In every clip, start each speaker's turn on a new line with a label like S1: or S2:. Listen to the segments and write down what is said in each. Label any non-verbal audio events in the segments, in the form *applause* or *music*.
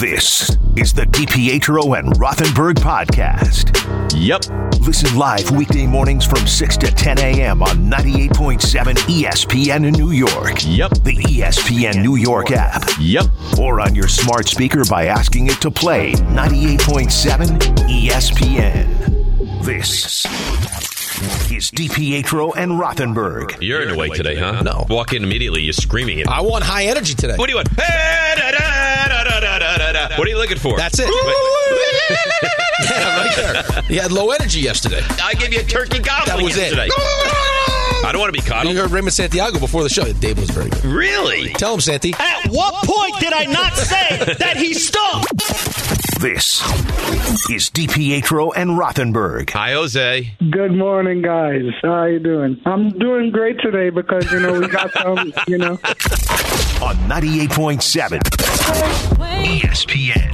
S1: This is the DiPietro and Rothenberg podcast.
S2: Yep.
S1: Listen live weekday mornings from 6 to 10 a.m. on 98.7 ESPN in New York,
S2: Yep.
S1: the E ESPN New York app,
S2: Yep.
S1: or on your smart speaker by asking it to play 98.7 ESPN. This is DiPietro and Rothenberg.
S3: You're, in awake today, huh? No. Walk in immediately. You're screaming it.
S2: I want high energy today.
S3: What do you want? Hey, da, da, da, da, da, da, da. What are you looking for?
S2: That's it. yeah, right there. You had low energy yesterday.
S3: I gave you a turkey goblin
S2: That was it.
S3: yesterday. I don't want to be
S2: You
S3: coddled.
S2: heard Raymond Santiago before the show. The Dave was very good.
S3: Really?
S2: Tell him, Santi.
S4: At what point did I not say that he stunk?
S1: This is DiPietro and Rothenberg.
S3: Hi, Jose.
S5: Good morning, guys. How are you doing? I'm doing great today because you know we got some. *laughs* You know,
S1: *laughs* on 98.7
S3: E
S1: ESPN.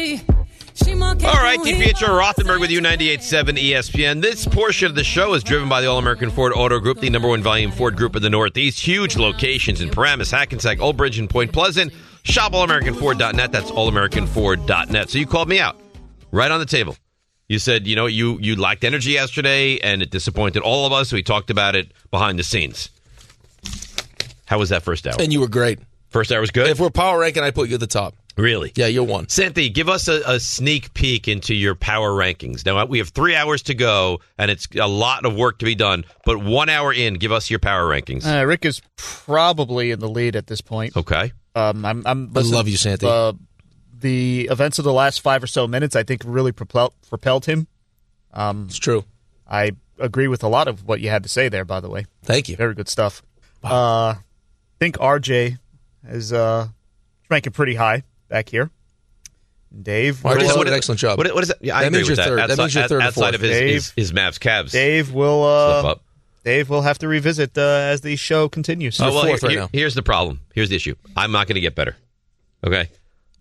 S3: All right, DPHR Rothenberg with you, 98.7 ESPN. This portion of the show is driven by the All American Ford Auto Group, the number one volume Ford group in the Northeast. Huge locations in Paramus, Hackensack, Old Bridge, and Point Pleasant. Shop allamericanford.net. That's allamericanford.net. So you called me out right on the table. You said, you know, you, you lacked energy yesterday, and it disappointed all of us. We talked about it behind the scenes. How was that first hour?
S2: And you were great.
S3: First hour was good?
S2: If we're power ranking, I put you at the top.
S3: really?
S2: Yeah, you're one.
S3: Cynthia, give us a, a sneak peek into your power rankings. Now we have three hours to go, and it's a lot of work to be done. But one hour in, give us your power rankings.
S6: Uh, Rick is probably in the lead at this point.
S3: okay,
S6: Um, I'm, I'm
S2: I love you, Santi.
S6: Uh, the events of the last five or so minutes, I think, really propelled, propelled him. Um,
S2: It's true.
S6: I agree with a lot of what you had to say there, by the way.
S2: Thank you.
S6: Very good stuff. Uh, I think RJ is uh, ranking pretty high back here. Dave,
S2: RJ 's
S6: will,
S2: did an excellent job.
S3: What, what is that? Yeah, I
S2: That
S3: agree
S2: means
S3: with
S2: you're third.
S3: Outside,
S2: That means you're third or
S3: outside of
S2: fourth.
S3: his,
S6: Dave.
S3: his, his Mavs Cavs.
S6: Dave will
S3: slip
S6: uh,
S3: up.
S6: Dave will have to revisit uh, as the show continues.
S3: Oh, well,
S2: fourth
S3: here-
S2: right
S3: here-
S2: now.
S3: here's the problem. Here's the issue. I'm not going to get better. Okay,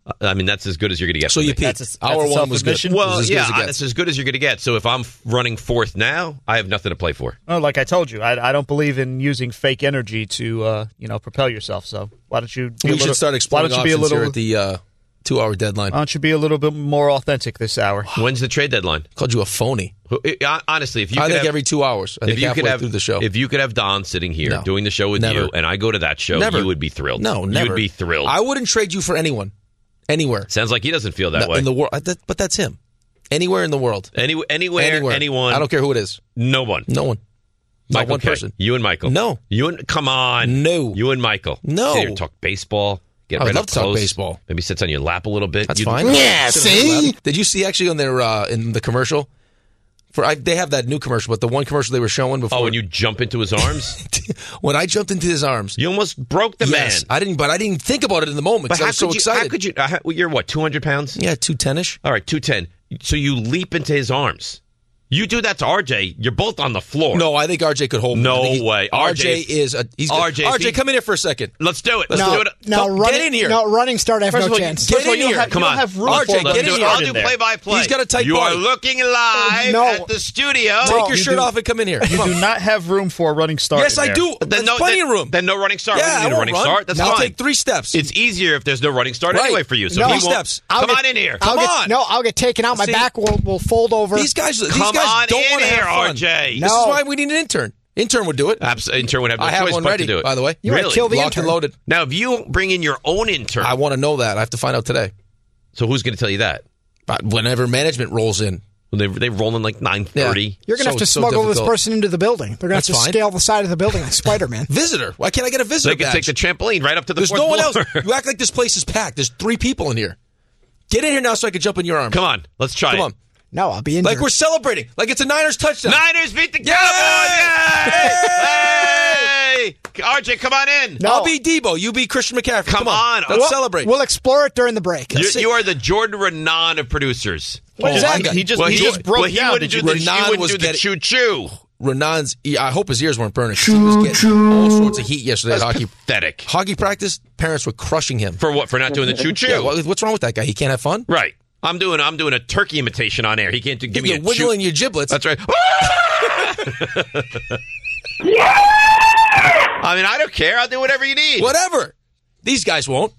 S3: Uh, I mean that's as good as you're going to get.
S2: So
S3: from
S2: you
S3: me.
S2: peaked.
S6: That's a-
S2: Hour
S6: that's a
S2: one was good.
S6: self-admission.
S2: It
S3: Well,
S2: was as good
S3: yeah,
S2: as it gets.
S3: that's as good as you're going to get. So if I'm f- running fourth now, I have nothing to play for.
S6: Well, Oh, like I told you, I, I don't believe in using fake energy to uh, you know propel yourself. So why don't you? Be
S2: we
S6: a little,
S2: should start
S6: Why
S2: exploring
S6: don't you
S2: options
S6: be a
S2: here
S6: little?
S2: at the uh, two-hour deadline.
S6: why
S3: Um,
S6: don't you be a little bit more authentic this hour?
S3: When's the trade deadline?
S2: Called you a phony.
S3: Who- I- Honestly, if you
S2: I
S3: could
S2: think
S3: have-
S2: every two hours. I think
S3: if you
S2: halfway
S3: could have
S2: through the show.
S3: if you could have Don sitting here
S2: No.
S3: doing the show with
S2: Never.
S3: you, and I go to that show,
S2: never.
S3: you would be thrilled.
S2: No, never.
S3: You'd be thrilled.
S2: I wouldn't trade you for anyone, anywhere
S3: Sounds like he doesn't feel that
S2: No,
S3: way.
S2: in the world. I- that- But that's him. Anywhere in the world.
S3: Any, anywhere,
S2: Anywhere.
S3: anyone,
S2: I don't care who it is.
S3: no one,
S2: No one. Not
S3: Michael
S2: one
S3: Kay.
S2: person.
S3: You and Michael.
S2: No.
S3: you and come on.
S2: No.
S3: you and Michael.
S2: No.
S3: Sit here and talk baseball. Get
S2: I would
S3: right
S2: love
S3: up
S2: to talk
S3: close.
S2: baseball.
S3: Maybe sits on your lap a little bit.
S2: That's
S3: You'd-
S2: fine. Yeah, see. Did you see actually on their uh, in the commercial for I, they have that new commercial, but the one commercial they were showing before
S3: Oh, and you jump
S2: *laughs*
S3: into his arms.
S2: when I jumped into his arms,
S3: you almost broke the
S2: yes,
S3: man.
S2: I didn't, but I didn't think about it in the moment. 'cause
S3: but how
S2: I
S3: could
S2: was so
S3: you?
S2: excited.
S3: How could you? uh, how- you're what? Two hundred pounds.
S2: Yeah, two tenish.
S3: All right, 210. So you leap into his arms. You do that to RJ, you're both on the floor.
S2: No, I think RJ could hold. me. I
S3: No
S2: think he-
S3: way.
S2: RJ
S3: RJ
S2: is a he's good.
S3: RJ, if
S2: RJ,
S3: he-
S2: come in here for a second.
S3: Let's do it. Let's
S7: No,
S3: do it.
S7: no,
S2: Come-
S7: running,
S2: get in here.
S7: No, running start, I have
S2: First
S7: no
S2: of all,
S7: chance.
S2: Get
S6: all,
S2: in
S6: you don't
S2: here.
S6: have- you
S3: Come
S6: don't
S3: on.
S6: have room
S2: for
S3: RJ, get
S2: them.
S3: in here.
S2: Get
S3: I'll
S2: in
S3: do
S6: there.
S3: play by play.
S2: He's got a tight
S3: You
S2: body. Oh,
S3: are looking live
S7: No.
S3: at the studio.
S2: Take
S7: you
S2: your shirt
S7: do-
S2: off and come in
S3: *laughs*
S2: here.
S6: You
S2: Come
S6: do
S2: on.
S6: not have room for a running start.
S2: Yes,
S6: in
S2: I
S6: there.
S2: do.
S3: Then
S2: There's
S3: no,
S2: plenty
S3: then,
S2: of room.
S3: Then no running start.
S2: yeah,
S3: we
S2: I
S3: don't need a
S2: won't
S3: running
S2: run.
S3: start. That's
S2: I'll
S3: fine.
S2: take three steps.
S3: It's easier if there's no running start
S2: Right.
S3: anyway for you. So
S7: No.
S3: he
S7: Three
S3: won't-
S2: steps.
S7: I'll
S3: Come
S7: get-
S3: on in here.
S7: I'll
S3: Come
S7: get,
S3: on.
S7: No, I'll get taken out. My
S2: See-
S7: back will, will fold over.
S2: these guys. These
S3: Come on
S2: guys don't
S3: in
S2: want to
S3: here,
S2: have fun.
S3: RJ.
S2: This is
S7: No.
S2: why we need an intern. Intern would do it.
S3: Absolutely. Intern would have no
S2: I have
S3: choice
S2: one
S3: but
S2: ready,
S3: to do it.
S2: by the way.
S7: You wanna
S3: really?
S7: kill the
S2: Locked and
S7: intern.
S2: loaded.
S3: now, if you bring in your own intern,
S2: I want to know that. I have to find out today.
S3: so who's going to tell you that?
S2: But whenever management rolls in,
S3: They they roll in like nine thirty.
S7: You're going to
S2: so-
S7: have to
S2: so
S7: smuggle this
S2: difficult.
S7: person into the building. They're going
S2: That's
S7: to have to
S2: fine.
S7: scale the side of the building
S2: *laughs*
S7: like Spider Man.
S2: visitor. Why can't I get a
S3: They
S2: visitor?
S3: can
S2: badge?
S3: take the trampoline right up to the
S2: There's
S3: fourth
S2: no one else.
S3: floor.
S2: You act like this place is packed. There's three people in here. Get in here now, so I can jump in your arms.
S3: Come on, let's try
S2: Come
S3: it.
S2: on.
S7: No, I'll be in.
S2: Like we're celebrating. Like it's a Niners touchdown.
S3: Niners beat the
S2: Yay!
S3: Cowboys! Yay! RJ, come on in.
S7: No.
S2: I'll be Debo. You be Christian McCaffrey. Come,
S3: Come on.
S2: Let's
S3: Well-
S2: celebrate.
S7: We'll explore it during the break.
S3: Oh, You, you are the Jordan Renan of producers.
S7: What is
S2: Oh,
S7: that?
S2: I got-
S6: He just-
S3: Well,
S6: he
S3: he,
S6: just broke
S3: well, he
S6: down.
S3: wouldn't
S6: Did
S3: do the,
S2: you-
S3: he
S2: Renan
S3: wouldn't
S2: was
S3: do the
S2: getting-
S3: choo-choo.
S2: Renan's. I hope his ears weren't burning. 'cause He was getting all sorts of heat yesterday at hockey.
S3: Pathetic.
S2: Hockey practice. Parents were crushing him.
S3: For what? For not doing the choo-choo?
S2: Yeah, what- what's wrong with that guy? He can't have fun.
S3: right. I'm doing I'm doing a turkey imitation on air. He can't do, give me
S2: You're
S3: a choo.
S2: wiggling your giblets. *laughs*
S3: That's right. I mean, I don't care. I'll do whatever you need.
S2: Whatever. These guys won't.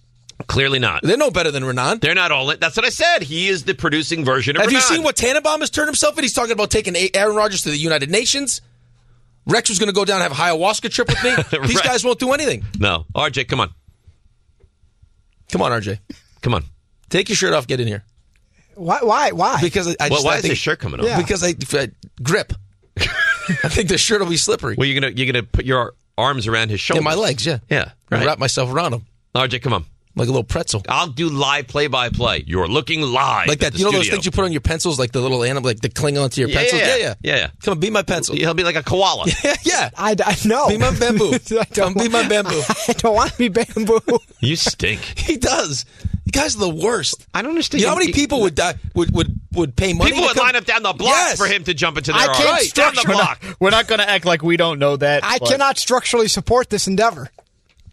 S3: Clearly not.
S2: They're no better than Renan.
S3: They're not all in. That's what I said. He is the producing version of
S2: Have you
S3: Renan.
S2: seen what Tannenbaum has turned himself in? He's talking about taking A- Aaron Rodgers to the United Nations. Rex was going to go down and have a ayahuasca trip with
S3: *laughs*
S2: me. These
S3: Right.
S2: guys won't do anything.
S3: No. RJ, come on.
S2: Come on, RJ.
S3: Come on.
S2: Take your shirt off. Get in here.
S7: why? Why? Why?
S2: Because I, I
S3: Well,
S2: just
S3: why
S2: I
S3: is
S2: think,
S3: his shirt coming off?
S7: Yeah.
S2: Because I, I grip. I think the shirt will be slippery.
S3: Well, you're gonna you're gonna put your arms around his shoulders.
S2: Yeah, my legs. Yeah,
S3: Yeah,
S2: I
S3: right.
S2: wrap myself around them
S3: RJ, come on.
S2: like a little pretzel.
S3: I'll do live play by play. You're looking live.
S2: Like that.
S3: at the
S2: You know those
S3: studio.
S2: things you put on your pencils, like the little animal, like the cling onto your
S3: Yeah,
S2: pencils.
S3: yeah,
S2: Yeah,
S3: yeah.
S2: yeah,
S3: Yeah, yeah.
S2: Come on, be my pencil.
S3: He'll be like a *laughs* koala.
S2: *laughs* Yeah, yeah.
S7: I, I no.
S2: Be my
S7: *laughs*
S2: bamboo.
S7: I
S2: Come
S7: don't
S2: be my
S7: want-
S2: bamboo.
S7: *laughs* I don't want to be bamboo.
S3: you stink.
S2: He does. You guys are the worst.
S3: I don't understand.
S2: You know how many people would die, would would would pay money?
S3: People
S2: to
S3: would
S2: come-
S3: line up down the block
S2: Yes.
S3: for him to jump into their
S7: I
S3: arms.
S7: can't
S3: Right, down the
S7: structure
S3: block.
S6: We're not going to act like we don't know that.
S7: I
S6: but-
S7: cannot structurally support this endeavor.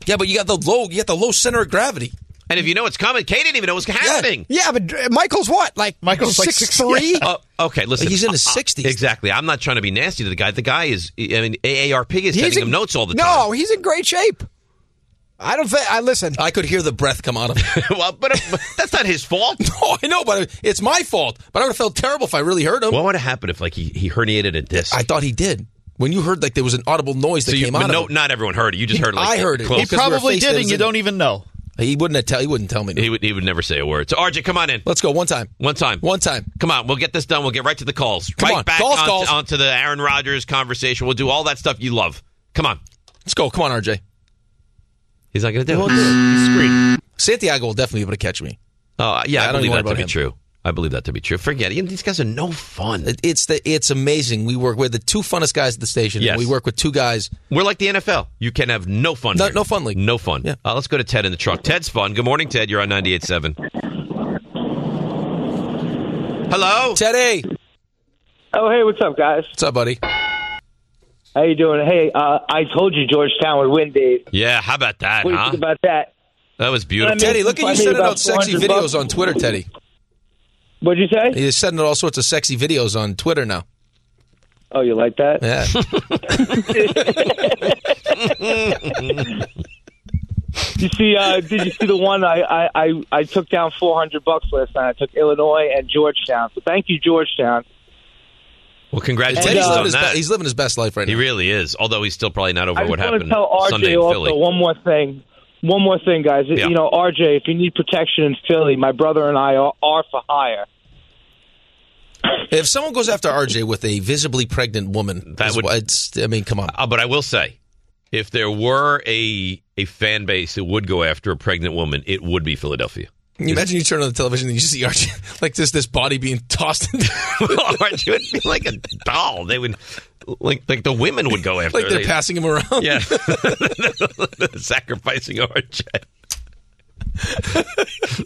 S2: Yeah, but you got the low, you got the low center of gravity.
S3: And if you know what's coming, Kay didn't even know what's happening.
S7: Yeah, but uh, Michael's what? Like
S6: Michael's like
S7: six three.
S3: Oh, okay, listen.
S2: He's in his
S3: Uh, uh,
S2: 60s.
S3: Exactly. I'm not trying to be nasty to the guy. The guy is. I mean, AARP is sending him notes all the
S7: No, he's in great shape. I don't think. I listen.
S2: I could hear the breath come out of him.
S3: time. *laughs* well, but, uh, but that's not
S2: *laughs*
S3: his fault.
S2: oh, I know, but it's my fault. But I would have felt terrible if I really heard him.
S3: What would have happened if like he, he herniated a disc?
S2: I thought he did. When you heard like there was an audible noise that
S3: so you,
S2: came
S3: but
S2: out
S3: no,
S2: of him,
S3: not everyone heard it. You just heard like
S2: I heard it.
S3: close.
S6: He
S2: Because we're
S6: probably
S2: faced
S6: did,
S2: those
S6: and you
S2: in-
S6: don't even know.
S2: he wouldn't have tell. He wouldn't tell me.
S3: He would, he would never say a word. So, RJ, come on in.
S2: Let's go one time.
S3: One time.
S2: One time.
S3: Come on, we'll get this done. We'll get right to the calls.
S2: Come
S3: right
S2: on,
S3: back
S2: golf
S3: onto,
S2: calls.
S3: onto the Aaron Rodgers conversation. We'll do all that stuff you love. Come on.
S2: Let's go. Come on, RJ.
S3: He's not going to do it.
S2: Mm. Santiago will definitely be able to catch me.
S3: Oh, yeah, I,
S2: I don't
S3: believe
S2: even
S3: that
S2: worry
S3: to be
S2: about
S3: true. I believe that to be true. Forget it. These guys are no fun.
S2: It- It's the it's amazing. We work with the two funnest guys at the station.
S3: Yes.
S2: And we work with two guys.
S3: We're like the NFL. You can have no fun.
S2: No-
S3: here.
S2: no fun league.
S3: No fun.
S2: Yeah.
S3: Uh, let's go to Ted in the truck. Ted's fun. Good morning, Ted. You're on 98.7. Hello?
S2: Teddy,
S8: Oh, hey, what's up, guys?
S2: what's up, buddy?
S8: How you doing? Hey, uh, I told you Georgetown would win, Dave.
S3: Yeah, how about that,
S8: What do you
S3: huh?
S8: think about that?
S3: that was beautiful.
S8: I mean-
S2: Teddy, look at you
S8: Find me
S2: sending
S8: about
S2: out sexy
S8: 400
S2: videos
S8: bucks.
S2: on Twitter. Teddy,
S8: What'd you say?
S2: you're sending out all sorts of sexy videos on Twitter now.
S8: Oh, you like that?
S2: Yeah,
S8: *laughs* You see? Uh, did you see the one I, I, I, I took down four hundred bucks last night? I took Illinois and Georgetown. So thank you, Georgetown.
S3: well, congratulations
S2: Teddy's
S8: uh,
S2: living,
S3: on
S2: his
S3: that.
S2: be- he's living his best life right
S3: He
S2: now.
S3: really is, although he's still probably not over
S8: I
S3: what
S8: just want to
S3: happened
S8: tell RJ
S3: Sunday in
S8: also
S3: Philly.
S8: one more thing. One more thing, guys.
S3: Yeah.
S8: You know, RJ, if you need protection in Philly, my brother and I are, are for hire.
S2: If someone goes after RJ with a visibly pregnant woman,
S3: That
S2: is
S3: would-
S2: why it's, I mean, come on.
S3: Uh, but I will say, if there were a a fan base that would go after a pregnant woman, it would be Philadelphia.
S2: Can you imagine you turn on the television and you see RJ *laughs* like this this body being tossed into
S3: *laughs* Aren't you It'd be like a doll? They would like like the women would go after.
S2: *laughs* like they're
S3: They-
S2: passing him around. *laughs*
S3: *laughs* Yeah, *laughs* sacrificing RJ.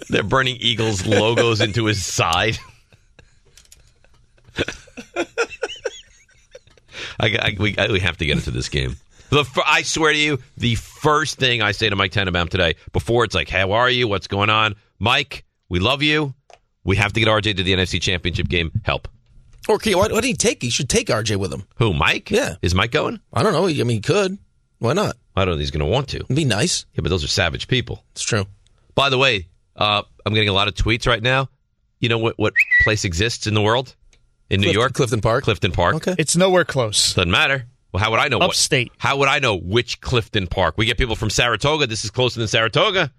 S3: they're burning Eagles logos into his side. I, I- we, I- we have to get into this game. The fir- I swear to you, the first thing I say to Mike Tannenbaum today, before it's like, "How are you? What's going on, Mike? We love you. We have to get RJ to the NFC Championship game. Help."
S2: Or can, why, why did he take? He should take RJ with him.
S3: Who, Mike?
S2: Yeah.
S3: is Mike going?
S2: I don't know. I mean, he could. Why not?
S3: I don't know. if He's going to want to.
S2: It'd be nice.
S3: Yeah, but those are savage people.
S2: It's true.
S3: By the way, uh, I'm getting a lot of tweets right now. You know what, what place exists in the world? In New
S2: Clifton-
S3: York?
S2: Clifton Park.
S3: Clifton Park.
S2: Okay.
S6: It's nowhere close.
S3: Doesn't matter. Well, how would I know? what-
S6: Upstate.
S3: how would I know which Clifton Park? We get people from Saratoga. This is closer than Saratoga.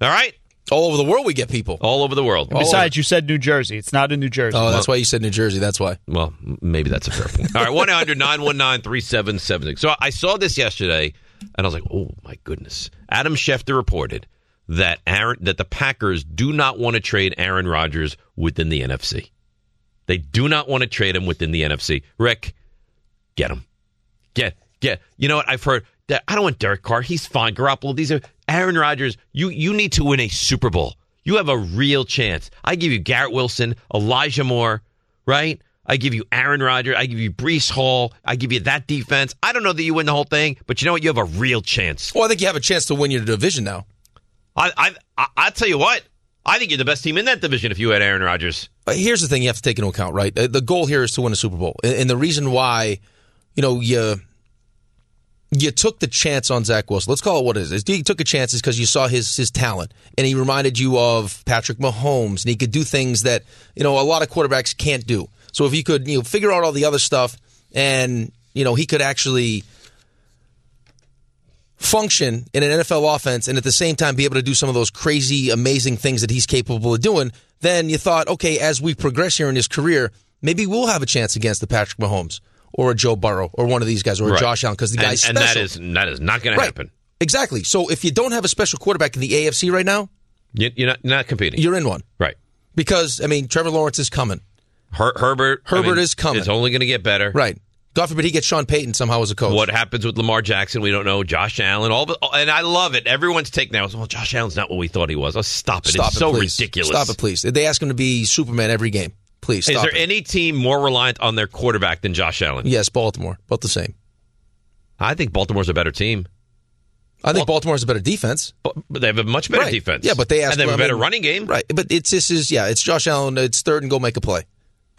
S3: All right?
S2: All over the world, we get people.
S3: All over the world.
S6: Besides, you said New Jersey. It's not in New Jersey.
S2: Oh, that's why you said New Jersey. That's why.
S3: Well, m- maybe that's a fair
S2: *laughs*
S3: point. *laughs* All right, 1 800 919 3776. So I saw this yesterday and I was like, oh my goodness. Adam Schefter reported that Aaron that the Packers do not want to trade Aaron Rodgers within the NFC. They do not want to trade him within the NFC. Rick, get him. Get get. You know what I've heard? That I don't want Derek Carr. He's fine. Garoppolo. These are Aaron Rodgers. You you need to win a Super Bowl. You have a real chance. I give you Garrett Wilson, Elijah Moore, right? I give you Aaron Rodgers. I give you Brees Hall. I give you that defense. I don't know that you win the whole thing, but you know what? You have a real chance.
S2: Well, I think you have a chance to win your division now.
S3: I I I I'll tell you what. I think you're the best team in that division if you had Aaron Rodgers.
S2: But Uh, here's the thing you have to take into account, right? Uh, The goal here is to win a Super Bowl, and and the reason why, you know, you you took the chance on Zach Wilson. Let's call it what it is. You took a chance is because you saw his his talent, and he reminded you of Patrick Mahomes, and he could do things that you know a lot of quarterbacks can't do. So if you could, you know, figure out all the other stuff, and you know, he could actually function in an NFL offense and at the same time be able to do some of those crazy, amazing things that he's capable of doing, then you thought, okay, as we progress here in his career, maybe we'll have a chance against the Patrick Mahomes or a Joe Burrow or one of these guys or a
S3: Right.
S2: Josh Allen because the
S3: And-
S2: guy's
S3: and,
S2: special.
S3: that is that is not going to
S2: right.
S3: happen.
S2: Exactly. So if you don't have a special quarterback in the AFC right now,
S3: You, you're not, not competing.
S2: you're in one
S3: right.
S2: because I mean Trevor Lawrence is coming,
S3: Her, Herbert. I
S2: Herbert
S3: mean,
S2: is coming.
S3: It's only going to get better.
S2: right? God forbid he gets Sean Payton somehow as a coach.
S3: What happens with Lamar Jackson? We don't know. Josh Allen. All the, and I love it. Everyone's take now is well, Josh Allen's not what we thought he was. Oh, stop it.
S2: Stop
S3: it's
S2: it,
S3: so
S2: please.
S3: ridiculous.
S2: Stop it, please. They ask him to be Superman every game. Please
S3: Is
S2: stop
S3: there
S2: it.
S3: any team more reliant on their quarterback than Josh Allen?
S2: yes, Baltimore, about the same.
S3: I think Baltimore's a better team.
S2: I think Baltimore has a better defense.
S3: But, but they have a much better
S2: Right.
S3: defense.
S2: Yeah, but they ask
S3: and they have
S2: I
S3: a better
S2: mean,
S3: running game.
S2: Right. But it's this is yeah, it's Josh Allen, it's third and go make a play.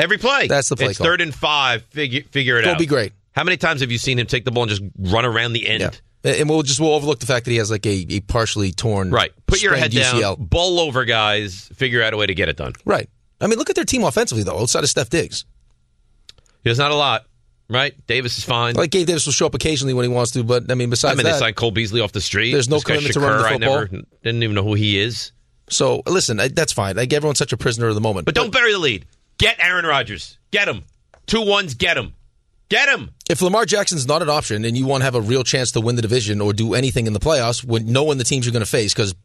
S3: Every play.
S2: That's the play
S3: It's
S2: call.
S3: third and five. Figure figure it
S2: Go
S3: out.
S2: be great.
S3: How many times have you seen him take the ball and just run around the end?
S2: Yeah. And we'll just we'll overlook the fact that he has like a, a partially torn
S3: Right. Put your head
S2: sprained
S3: down.
S2: UCL.
S3: Bowl over, guys. Figure out a way to get it done.
S2: Right. I mean, look at their team offensively though, outside of Steph Diggs.
S3: There's not a lot, right? Davis is fine.
S2: Like Gabe Davis will show up occasionally when he wants to, but I mean
S3: I
S2: besides
S3: mean, they
S2: that,
S3: signed Cole Beasley off the street.
S2: There's no
S3: This guy
S2: commitment to running the
S3: Shakur, I never-
S2: football.
S3: didn't even know who he is.
S2: so listen, I, that's fine. Like everyone's such a prisoner of the moment.
S3: But don't bury the lead. Get Aaron Rodgers. Get him. Two ones. Get him. Get him.
S2: if Lamar Jackson's not an option and you want to have a real chance to win the division or do anything in the playoffs, when knowing the teams you're going to face, because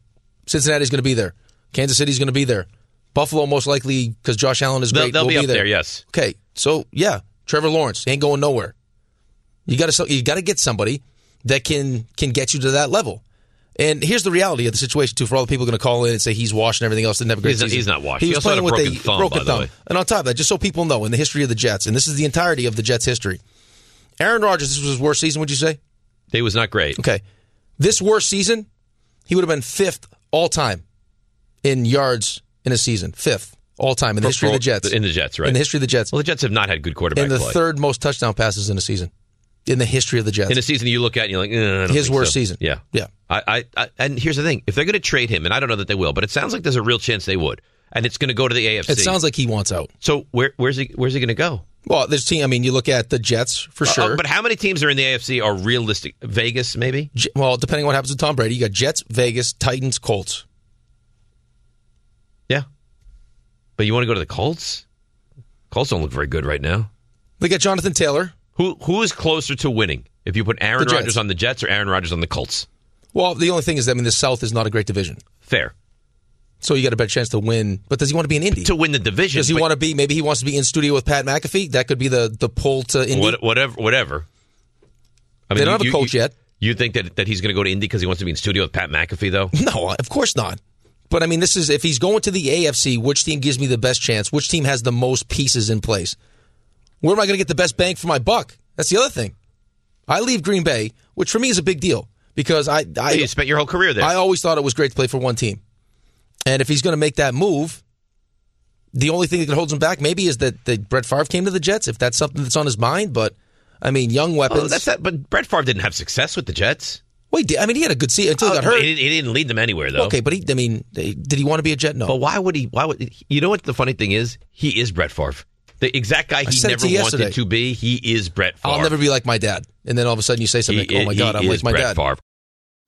S2: Cincinnati's going to be there, Kansas City's going to be there, Buffalo most likely because Josh Allen is
S3: They'll-
S2: great.
S3: they'll
S2: will
S3: be
S2: be,
S3: up
S2: there.
S3: there, yes.
S2: Okay, so yeah, Trevor Lawrence ain't going nowhere. You got to you got to get somebody that can can get you to that level. And here's the reality of the situation too. For all the people going to call in and say he's washed and everything else, didn't have a great
S3: He's not-
S2: season.
S3: he's not washed.
S2: He
S3: He
S2: was
S3: also
S2: playing
S3: had a
S2: with
S3: broken
S2: a
S3: thumb,
S2: broken
S3: by the
S2: thumb.
S3: way.
S2: And on top of that, just so people know, in the history of the Jets, and this is the entirety of the Jets' history, Aaron Rodgers, this was his worst season, would you say?
S3: He was not great.
S2: Okay. This worst season, he would have been fifth all time in yards in a season. Fifth all time in the history of the Jets.
S3: In the Jets, right?
S2: In the history of the Jets.
S3: Well, the Jets have not had good quarterback
S2: and the
S3: play.
S2: third most touchdown passes in a season. In the history of the Jets.
S3: in a season you look at and you're like, eh, I don't
S2: His
S3: think
S2: worst
S3: so.
S2: season.
S3: Yeah,
S2: Yeah.
S3: I, I, I, and here's the thing: if they're going to trade him, and I don't know that they will, but it sounds like there's a real chance they would, and it's going to go to the AFC.
S2: it sounds like he wants out.
S3: so. Where, where's he? Where's he going to go?
S2: Well, this team, I mean, you look at the Jets for sure.
S3: Uh, but how many teams are in the AFC are realistic? Vegas, maybe.
S2: J- well, depending on what happens with Tom Brady, you got Jets, Vegas, Titans, Colts.
S3: Yeah, but you want to go to the Colts? Colts don't look very good right now.
S2: They got Jonathan Taylor.
S3: Who who is closer to winning? If you put Aaron
S2: The Jets.
S3: Rodgers on the Jets or Aaron Rodgers on the Colts,
S2: Well, the only thing is, that, I mean, the South is not a great division.
S3: fair
S2: So you got a better chance to win. But does he want to be in Indy?
S3: to win the division.
S2: Does he
S3: but
S2: want to be? Maybe he wants to be in studio with Pat McAfee. That could be the the pull to Uh, Indy.
S3: What, whatever, whatever. I
S2: They don't have a coach
S3: you,
S2: yet.
S3: You think that, that he's going to go to Indy because he wants to be in studio with Pat McAfee, though?
S2: *laughs* No, of course not. But I mean, this is if he's going to the AFC, which team gives me the best chance? Which team has the most pieces in place? Where am I going to get the best bang for my buck? That's the other thing. I leave Green Bay, which for me is a big deal because I I,
S3: you spent your whole career there.
S2: I always thought it was great to play for one team. And if he's going to make that move, the only thing that holds him back maybe is that, that Brett Favre came to the Jets, if that's something that's on his mind. But I mean, young weapons.
S3: Oh, that's that, but Brett Favre didn't have success with the Jets.
S2: Wait, I mean, he had a good season until he got
S3: Oh,
S2: hurt.
S3: He, didn't- he didn't lead them anywhere, though.
S2: Okay, but he, I mean, they- did he want to be a Jet? No.
S3: But why would he? Why would you know what the funny thing is? He is Brett Favre, the exact guy he
S2: said it
S3: never
S2: to you
S3: wanted
S2: yesterday.
S3: to be. He is Brett Favre.
S2: I'll never be like my dad. And then all of a sudden you say
S3: He,
S2: something, like, oh my
S3: he
S2: God, I'm
S3: is
S2: like my
S3: Brett
S2: dad.
S3: Favre.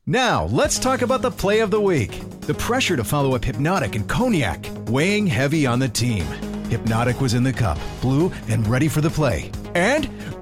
S9: Now, let's talk about the play of the week. The pressure to follow up Hypnotic and Cognac weighing heavy on the team. Hypnotic was in the cup, blue, and ready for the play. And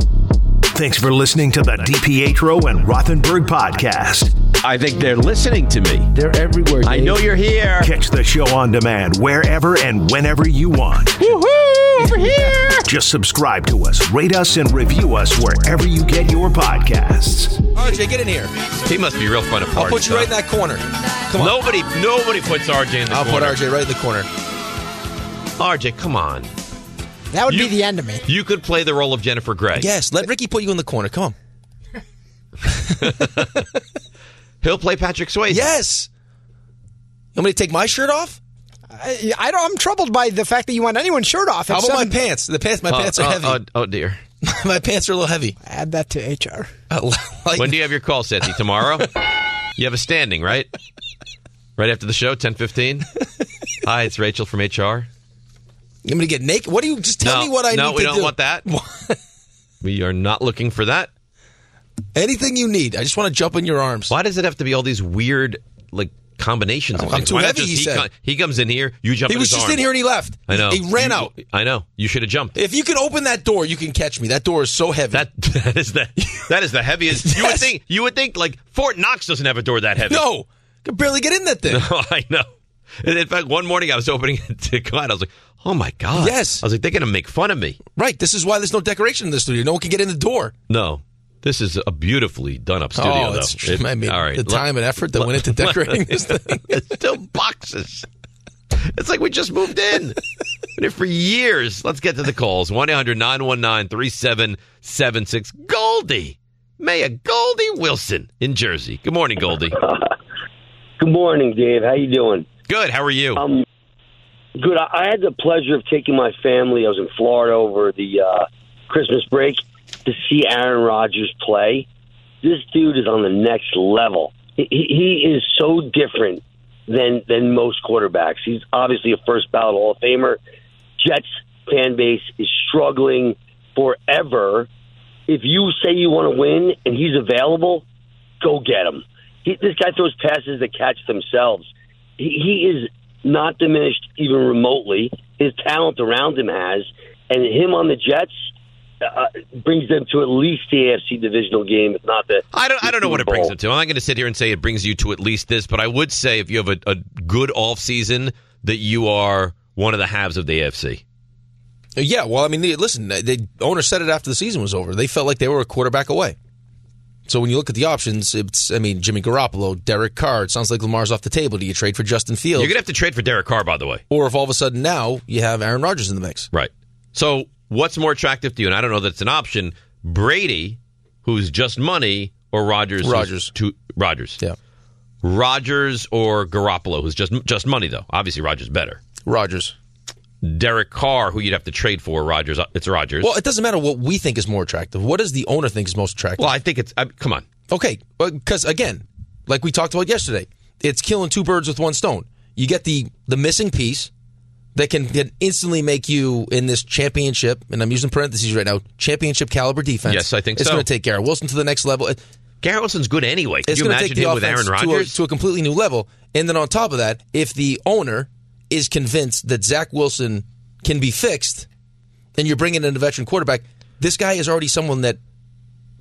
S1: Thanks for listening to the DPetro and Rothenberg podcast.
S10: I think they're listening to me. They're everywhere. I know you're here.
S1: Catch the show on demand wherever and whenever you want.
S10: Woohoo! Over here.
S1: Just subscribe to us, rate us, and review us wherever you get your podcasts.
S2: RJ, get in here.
S3: He must be real fun to
S2: I'll
S3: party.
S2: put you right in that corner. Come on.
S3: Nobody, nobody puts RJ in the
S2: I'll put
S3: corner.
S2: RJ right in the corner.
S3: RJ, come on.
S7: That would
S3: You-
S7: be the end of me.
S3: You could play the role of Jennifer Gray.
S2: Yes, let Ricky put you in the corner. Come on.
S3: *laughs* He'll play Patrick Swayze.
S2: Yes. You want me to take my shirt off?
S7: I, I don't. I'm troubled by the fact that you want anyone's shirt off.
S2: How
S7: It's
S2: about my
S7: seven-
S2: pants? The pants, my
S6: Uh,
S3: Oh,
S2: pants are
S3: oh,
S2: heavy.
S3: Oh, oh, dear.
S2: *laughs* my pants are a little heavy.
S7: Add that to HR.
S2: Uh, *laughs* like-
S3: When do you have your call,
S2: *laughs*
S3: Sethy? Tomorrow? you have a standing, right? Right after the show, 1015? Hi, it's Rachel from HR.
S2: you want me to get naked? What do you just tell
S3: no,
S2: me what I
S3: no,
S2: need
S3: we
S2: to
S3: don't
S2: do?
S3: want that. we are not looking for that.
S2: Anything you need. I just want to jump in your arms.
S3: Why does it have to be all these weird like combinations? of
S2: I'm
S3: things?
S2: too
S3: Why not
S2: heavy,
S3: just
S2: he
S3: he,
S2: said.
S3: co- he comes in here, you jump.
S2: He
S3: in
S2: was
S3: his
S2: just
S3: arm.
S2: in here and he left.
S3: I know.
S2: He ran
S3: You-
S2: out.
S3: I know. You should have jumped.
S2: If you can open that door, you can catch me. That door is so heavy.
S3: That *laughs* that is the that is the heaviest. You would
S2: Yes.
S3: think you would think like Fort Knox doesn't have a door that heavy.
S2: no, I could barely get in that thing.
S3: *laughs* No, I know. And in fact, one morning I was opening it to go out. I was like, "Oh my god!"
S2: Yes.
S3: I was like, "They're gonna make fun of me."
S2: Right. This is why there's no decoration in the studio. No one can get in the door.
S3: No, this is a beautifully done up studio.
S2: oh,
S3: though.
S2: it's,
S3: It-
S2: I mean,
S3: all right,
S2: the
S3: let-
S2: time and effort that went into decorating this thing.
S3: *laughs* It's still boxes. *laughs* It's like we just
S2: *laughs*
S3: moved in. Been here for years. Let's get to the calls. 1 800 919 3776. Goldie. Maya Goldie Wilson in Jersey. Good morning, Goldie.
S11: *laughs* Good morning, Dave. How you doing?
S3: Good. How are you?
S11: Um, good. I, I had the pleasure of taking my family. I was in Florida over the uh, Christmas break to see Aaron Rodgers play. This dude is on the next level. He, he he is so different than than most quarterbacks. He's obviously a first ballot Hall of Famer. Jets fan base is struggling forever. If you say you want to win and he's available, go get him. He, this guy throws passes that catch themselves. He, he is not diminished even remotely. His talent around him has, and him on the Jets uh, brings them to at least the AFC divisional game, if not the.
S3: I don't, I don't know what it
S2: Oh.
S3: brings
S11: Bowl.
S3: them to. I'm not going to sit here and say it brings you to at least this, but I would say if you have a, a good offseason, that you are one of the halves of the AFC.
S2: yeah. Well, I mean, they, listen, the owner said it after the season was over. They felt like they were a quarterback away. So when you look at the options, it's I mean Jimmy Garoppolo, Derek Carr. It sounds like Lamar's off the table. Do you trade for Justin Fields,
S3: You're going to have to trade for Derek Carr, by the way.
S2: or if all of a sudden now you have Aaron Rodgers in the mix?
S3: Right. So what's more attractive to you? And I don't know that it's an option. Brady, who's just money, or Rogers? who's
S2: Rodgers.
S3: Too, Rogers.
S2: Yeah.
S3: Rogers or Garoppolo, who's just just money though. Obviously, Rogers better.
S2: Rodgers.
S3: Derek Carr, who you'd have to trade for. Rogers. It's Rogers.
S2: Well, it doesn't matter what we think is more attractive. What does the owner think is most attractive?
S3: Well, I think it's. I, come on.
S2: Okay, because again, like we talked about yesterday, it's killing two birds with one stone. You get the the missing piece that can, can instantly make you in this championship, and I'm using parentheses right now, championship caliber defense.
S3: Yes, I think
S2: it's
S3: so.
S2: going to take Garrett Wilson to the next level.
S3: Garrett Wilson's good anyway. Can
S2: it's
S3: you
S2: going
S3: imagine
S2: take the
S3: him with Aaron
S2: offense to a,
S3: Rodgers?
S2: to a completely new level. And then on top of that, if the owner is convinced that Zach Wilson can be fixed, and you're bringing in a veteran quarterback, this guy is already someone that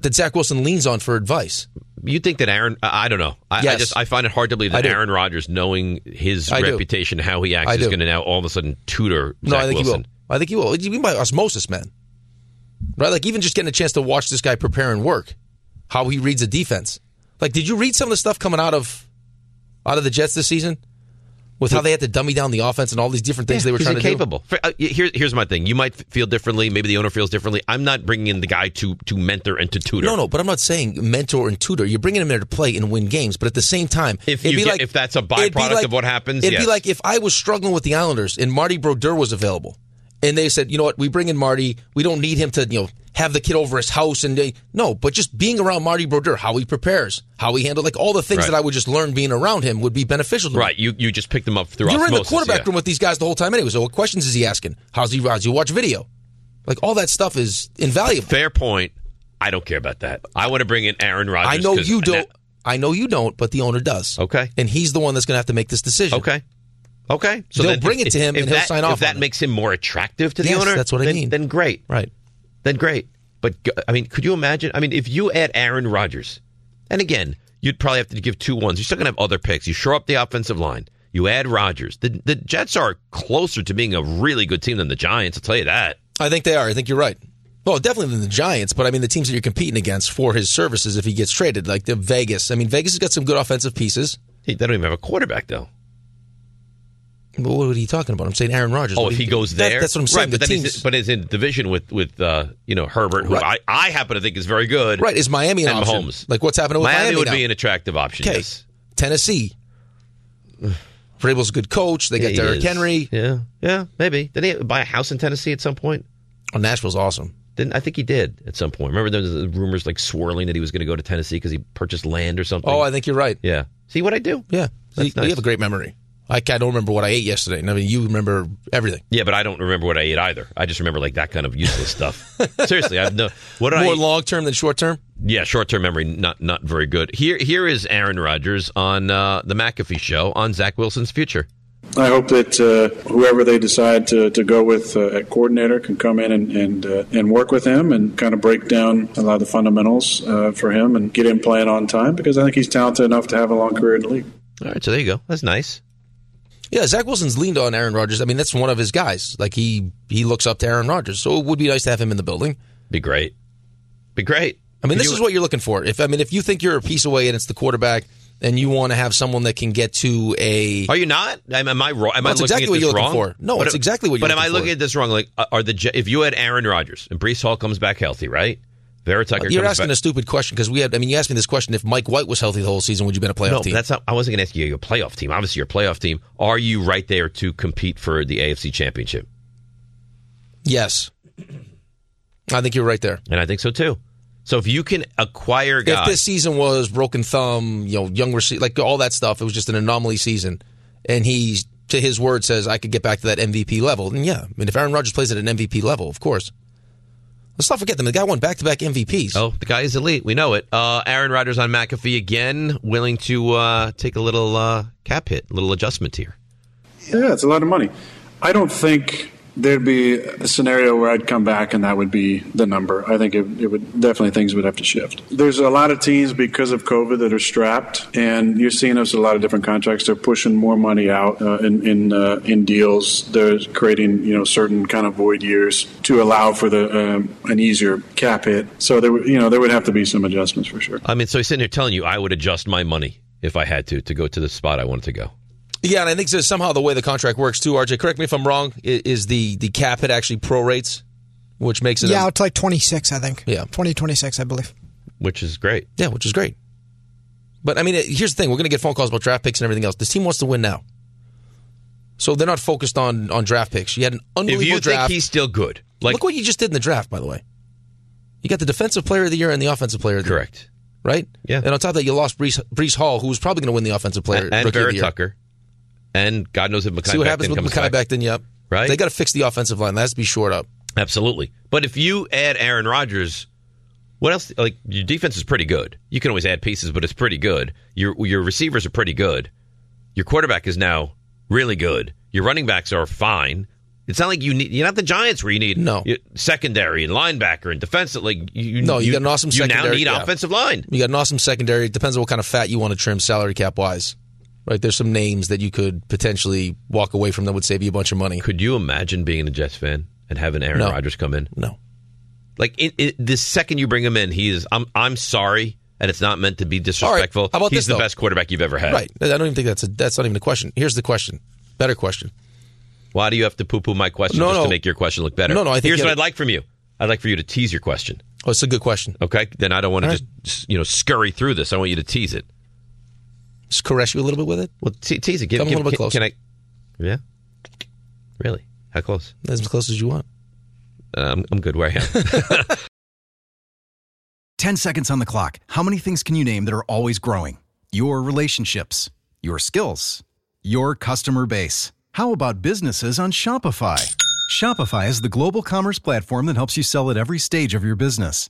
S2: that Zach Wilson leans on for advice.
S3: You think that Aaron? I I don't know. I, I
S2: Yes.
S3: just I find it hard to believe
S2: I
S3: that
S2: do.
S3: Aaron Rodgers, knowing his
S2: I do.
S3: reputation, how he acts,
S2: I
S3: is
S2: do.
S3: going to now all of a sudden tutor
S2: No,
S3: Zach
S2: I think
S3: Wilson.
S2: he will. I think he will. Even by osmosis, man. Right? Like even just getting a chance to watch this guy prepare and work, how he reads a defense. Like, did you read some of the stuff coming out of out of the Jets this season? With how they had to dummy down the offense and all these different things they were
S3: He's
S2: trying
S3: incapable. For- uh, here- here's my thing. You might f- feel differently. Maybe the owner feels differently. I'm not bringing in the guy to to mentor and to
S2: to
S3: tutor.
S2: do. No, no, but I'm not saying mentor and tutor. You're bringing him there to play and win games, but at the same time,
S3: If you get- if that's a
S2: it'd be
S3: byproduct of what happens,
S2: it'd
S3: yes.
S2: be like if I was struggling with the Islanders and Marty Brodeur was available, and they said, you know what, we bring in Marty, we don't need him to you know have the kid over his house and they, no, but just being around Marty Brodeur, how he prepares, how he handles, like all the things
S3: Right.
S2: that I would just learn being around him would be beneficial to me.
S3: Right. You you just pick them up through
S2: You're in the
S3: osmosis,
S2: quarterback
S3: yeah.
S2: room with these guys the whole time anyway. So what questions is he asking? How's he? How's he watch video? Like all that stuff is invaluable.
S3: Fair point. I don't care about that. I want to bring in Aaron Rodgers.
S2: I know
S3: 'cause
S2: you don't. I know you don't, but the owner does.
S3: Okay,
S2: and he's the one that's going to have to make this decision.
S3: Okay, okay.
S2: So
S3: then
S2: they'll
S3: if-
S2: bring it to him
S3: if
S2: and he'll
S3: that-
S2: sign off.
S3: If that
S2: on
S3: makes him more attractive to the
S2: Yes,
S3: owner,
S2: that's what I
S3: then-
S2: mean.
S3: Then great,
S2: right?
S3: Then great. But g- I mean, could you imagine? I mean, if you add Aaron Rodgers, and again, you'd probably have to give two ones. You're still gonna have other picks. You shore up the offensive line. You add Rodgers. The the Jets are closer to being a really good team than the Giants. I'll tell you that.
S2: it. I think they are. I think you're right. Well, definitely than the Giants, but I mean the teams that you're competing against for his services if he gets traded, like the Vegas. I mean Vegas has got some good offensive pieces.
S3: They don't even have a quarterback though.
S2: Well, what are you talking about? I'm saying Aaron Rodgers.
S3: Oh,
S2: What
S3: if
S2: do
S3: he
S2: you-
S3: goes
S2: that-
S3: there,
S2: that's what I'm saying.
S3: Right, but
S2: the
S3: then
S2: teams,
S3: he's, but is in division with with uh, you know Herbert, who
S2: Right.
S3: I, I happen to think is very good.
S2: right? Is Miami an
S3: and
S2: option?
S3: Mahomes?
S2: Like what's happening with Miami,
S3: Miami, would
S2: now?
S3: be an attractive option.
S2: Okay.
S3: Yes.
S2: Tennessee. Vrabel's a good coach. They got
S3: He
S2: Derrick
S3: is.
S2: Henry.
S3: Yeah, yeah, maybe. Did he buy a house in Tennessee at some point?
S2: Oh, Nashville's awesome.
S3: Didn't I think he did at some point? Remember there was rumors like swirling that he was going to go to Tennessee because he purchased land or something.
S2: Oh, I think you're right.
S3: Yeah. See what I do?
S2: Yeah.
S3: That's
S2: See,
S3: nice.
S2: You have a great memory. I, ca- I don't remember what I ate yesterday. and I mean, you remember everything.
S3: Yeah, but I don't remember what I ate either. I just remember like that kind of
S2: *laughs*
S3: useless stuff. Seriously, I've no what did I
S2: More
S3: eat?
S2: long term than short term.
S3: Yeah, short-term memory not not very good. Here here is Aaron Rodgers on uh, the McAfee show on Zach Wilson's future.
S12: I hope that uh, whoever they decide to, to go with uh, at coordinator can come in and and, uh, and work with him and kind of break down a lot of the fundamentals uh, for him and get him playing on time because I think he's talented enough to have a long career in the league.
S3: All right, so there you go. That's nice.
S2: Yeah, Zach Wilson's leaned on Aaron Rodgers. I mean, that's one of his guys. Like he he looks up to Aaron Rodgers, so it would be nice to have him in the building.
S3: Be great. Be great.
S2: I mean, this
S3: You-
S2: is what you're looking for. If I mean, if you think you're a piece away and it's the quarterback, and you want to have someone that can get to a
S3: Are you not? Am, am I wrong? Am
S2: No,
S3: I
S2: it's
S3: looking
S2: exactly
S3: at
S2: what
S3: this
S2: you're looking
S3: wrong?
S2: for. No, it's exactly what you're
S3: But am I
S2: looking for.
S3: looking at this wrong? Like, uh, are the Je- if you had Aaron Rodgers and Brees Hall comes back healthy, right? Vera Tucker.
S2: Uh, you're
S3: comes
S2: asking
S3: back.
S2: a stupid question because we had. I mean, you asked me this question. If Mike White was healthy the whole season, would you been a playoff
S3: no,
S2: team?
S3: that's not. I wasn't going to ask you your playoff team. Obviously, your playoff team. Are you right there to compete for the AFC Championship?
S2: yes, I think you're right there.
S3: And I think so too. So if you can acquire
S2: If
S3: guys,
S2: this season was broken thumb, you know, young receiver, like all that stuff, it was just an anomaly season, and he, to his word, says I could get back to that MVP level. And yeah, I mean, if Aaron Rodgers plays at an MVP level, of course. Let's not forget them. The guy won back-to-back MVPs.
S3: oh, the guy is elite. We know it. Uh, Aaron Rodgers on McAfee again, willing to uh, take a little uh, cap hit, little adjustment here.
S12: Yeah, it's a lot of money. I don't think there'd be a scenario where I'd come back and that would be the number. I think it, it would definitely things would have to shift. There's a lot of teams because of COVID that are strapped, and you're seeing us a lot of different contracts. They're pushing more money out uh, in in, uh, in deals. They're creating you know certain kind of void years to allow for the um, an easier cap hit. So there would- you know there would have to be some adjustments for sure.
S3: I mean, so he's sitting here telling you I would adjust my money if I had to to go to the spot I wanted to go.
S2: Yeah, and I think so somehow the way the contract works too, RJ. Correct me if I'm wrong. i- Is the the cap hit actually prorates, which makes it a-
S7: Yeah, it's like 26, I think.
S2: Yeah.
S7: 20, 26, I believe.
S3: which is great.
S2: Yeah, which is great. But I mean, it- here's the thing: we're going to get phone calls about draft picks and everything else. This team wants to win now, so they're not focused on on draft picks. You had an
S3: If
S2: unbelievable
S3: you
S2: draft.
S3: think he's still good, like
S2: Look what you just did in the draft, by the way. You got the defensive player of the year and the offensive player. Of the
S3: Correct.
S2: Year, right.
S3: Yeah.
S2: And on top of that, you lost Brees, Brees Hall, who was probably going to win the offensive player
S3: and, and
S2: rookie of
S3: Vera
S2: the year.
S3: Tucker, and God knows if Mackay
S2: See what
S3: Becton
S2: happens with
S3: comes
S2: Mackay
S3: back.
S2: Becton. Yep.
S3: Right.
S2: They got to fix the offensive line. That has to be shored up.
S3: Absolutely. But if you add Aaron Rodgers, What else? Like your defense is pretty good. You can always add pieces, but it's pretty good. Your your receivers are pretty good. Your quarterback is now really good. Your running backs are fine. It's not like you need. You're not the Giants where you need
S2: No.
S3: you- secondary and linebacker and defensive. Like you,
S2: no, you, got an awesome
S3: You
S2: secondary.
S3: now need
S2: yeah.
S3: offensive line.
S2: You got an awesome secondary. It depends on what kind of fat you want to trim salary cap wise. Right, there's some names that you could potentially walk away from that would save you a bunch of money.
S3: Could you imagine being a Jets fan and having Aaron
S2: No.
S3: Rodgers come in?
S2: No.
S3: Like it, it, the second you bring him in, he is. I'm I'm sorry, and it's not meant to be disrespectful.
S2: How about
S3: He's
S2: this,
S3: the
S2: though?
S3: best quarterback you've ever had.
S2: Right. I don't even think that's a that's not even a question. Here's the question. Better question.
S3: Why do you have to poo poo my question
S2: No,
S3: just to
S2: no.
S3: make your question look better?
S2: No, no, I think
S3: Here's
S2: you-
S3: what I'd like from you. I'd like for you to tease your question.
S2: Oh, it's a good question.
S3: Okay, then I don't want to
S2: All
S3: just s- you know scurry through this. I want you to tease it.
S2: Just caress you a little bit with it.
S3: Well, te- tease it. Give,
S2: Come a
S3: give-
S2: little bit
S3: can,
S2: closer.
S3: Can I? Yeah. Really? How close?
S2: As close as you want.
S3: Um, I'm good where I am.
S2: *laughs*
S9: 10 seconds on the clock. How many things can you name that are always growing? Your relationships, your skills, your customer base. How about businesses on Shopify? Shopify is the global commerce platform that helps you sell at every stage of your business.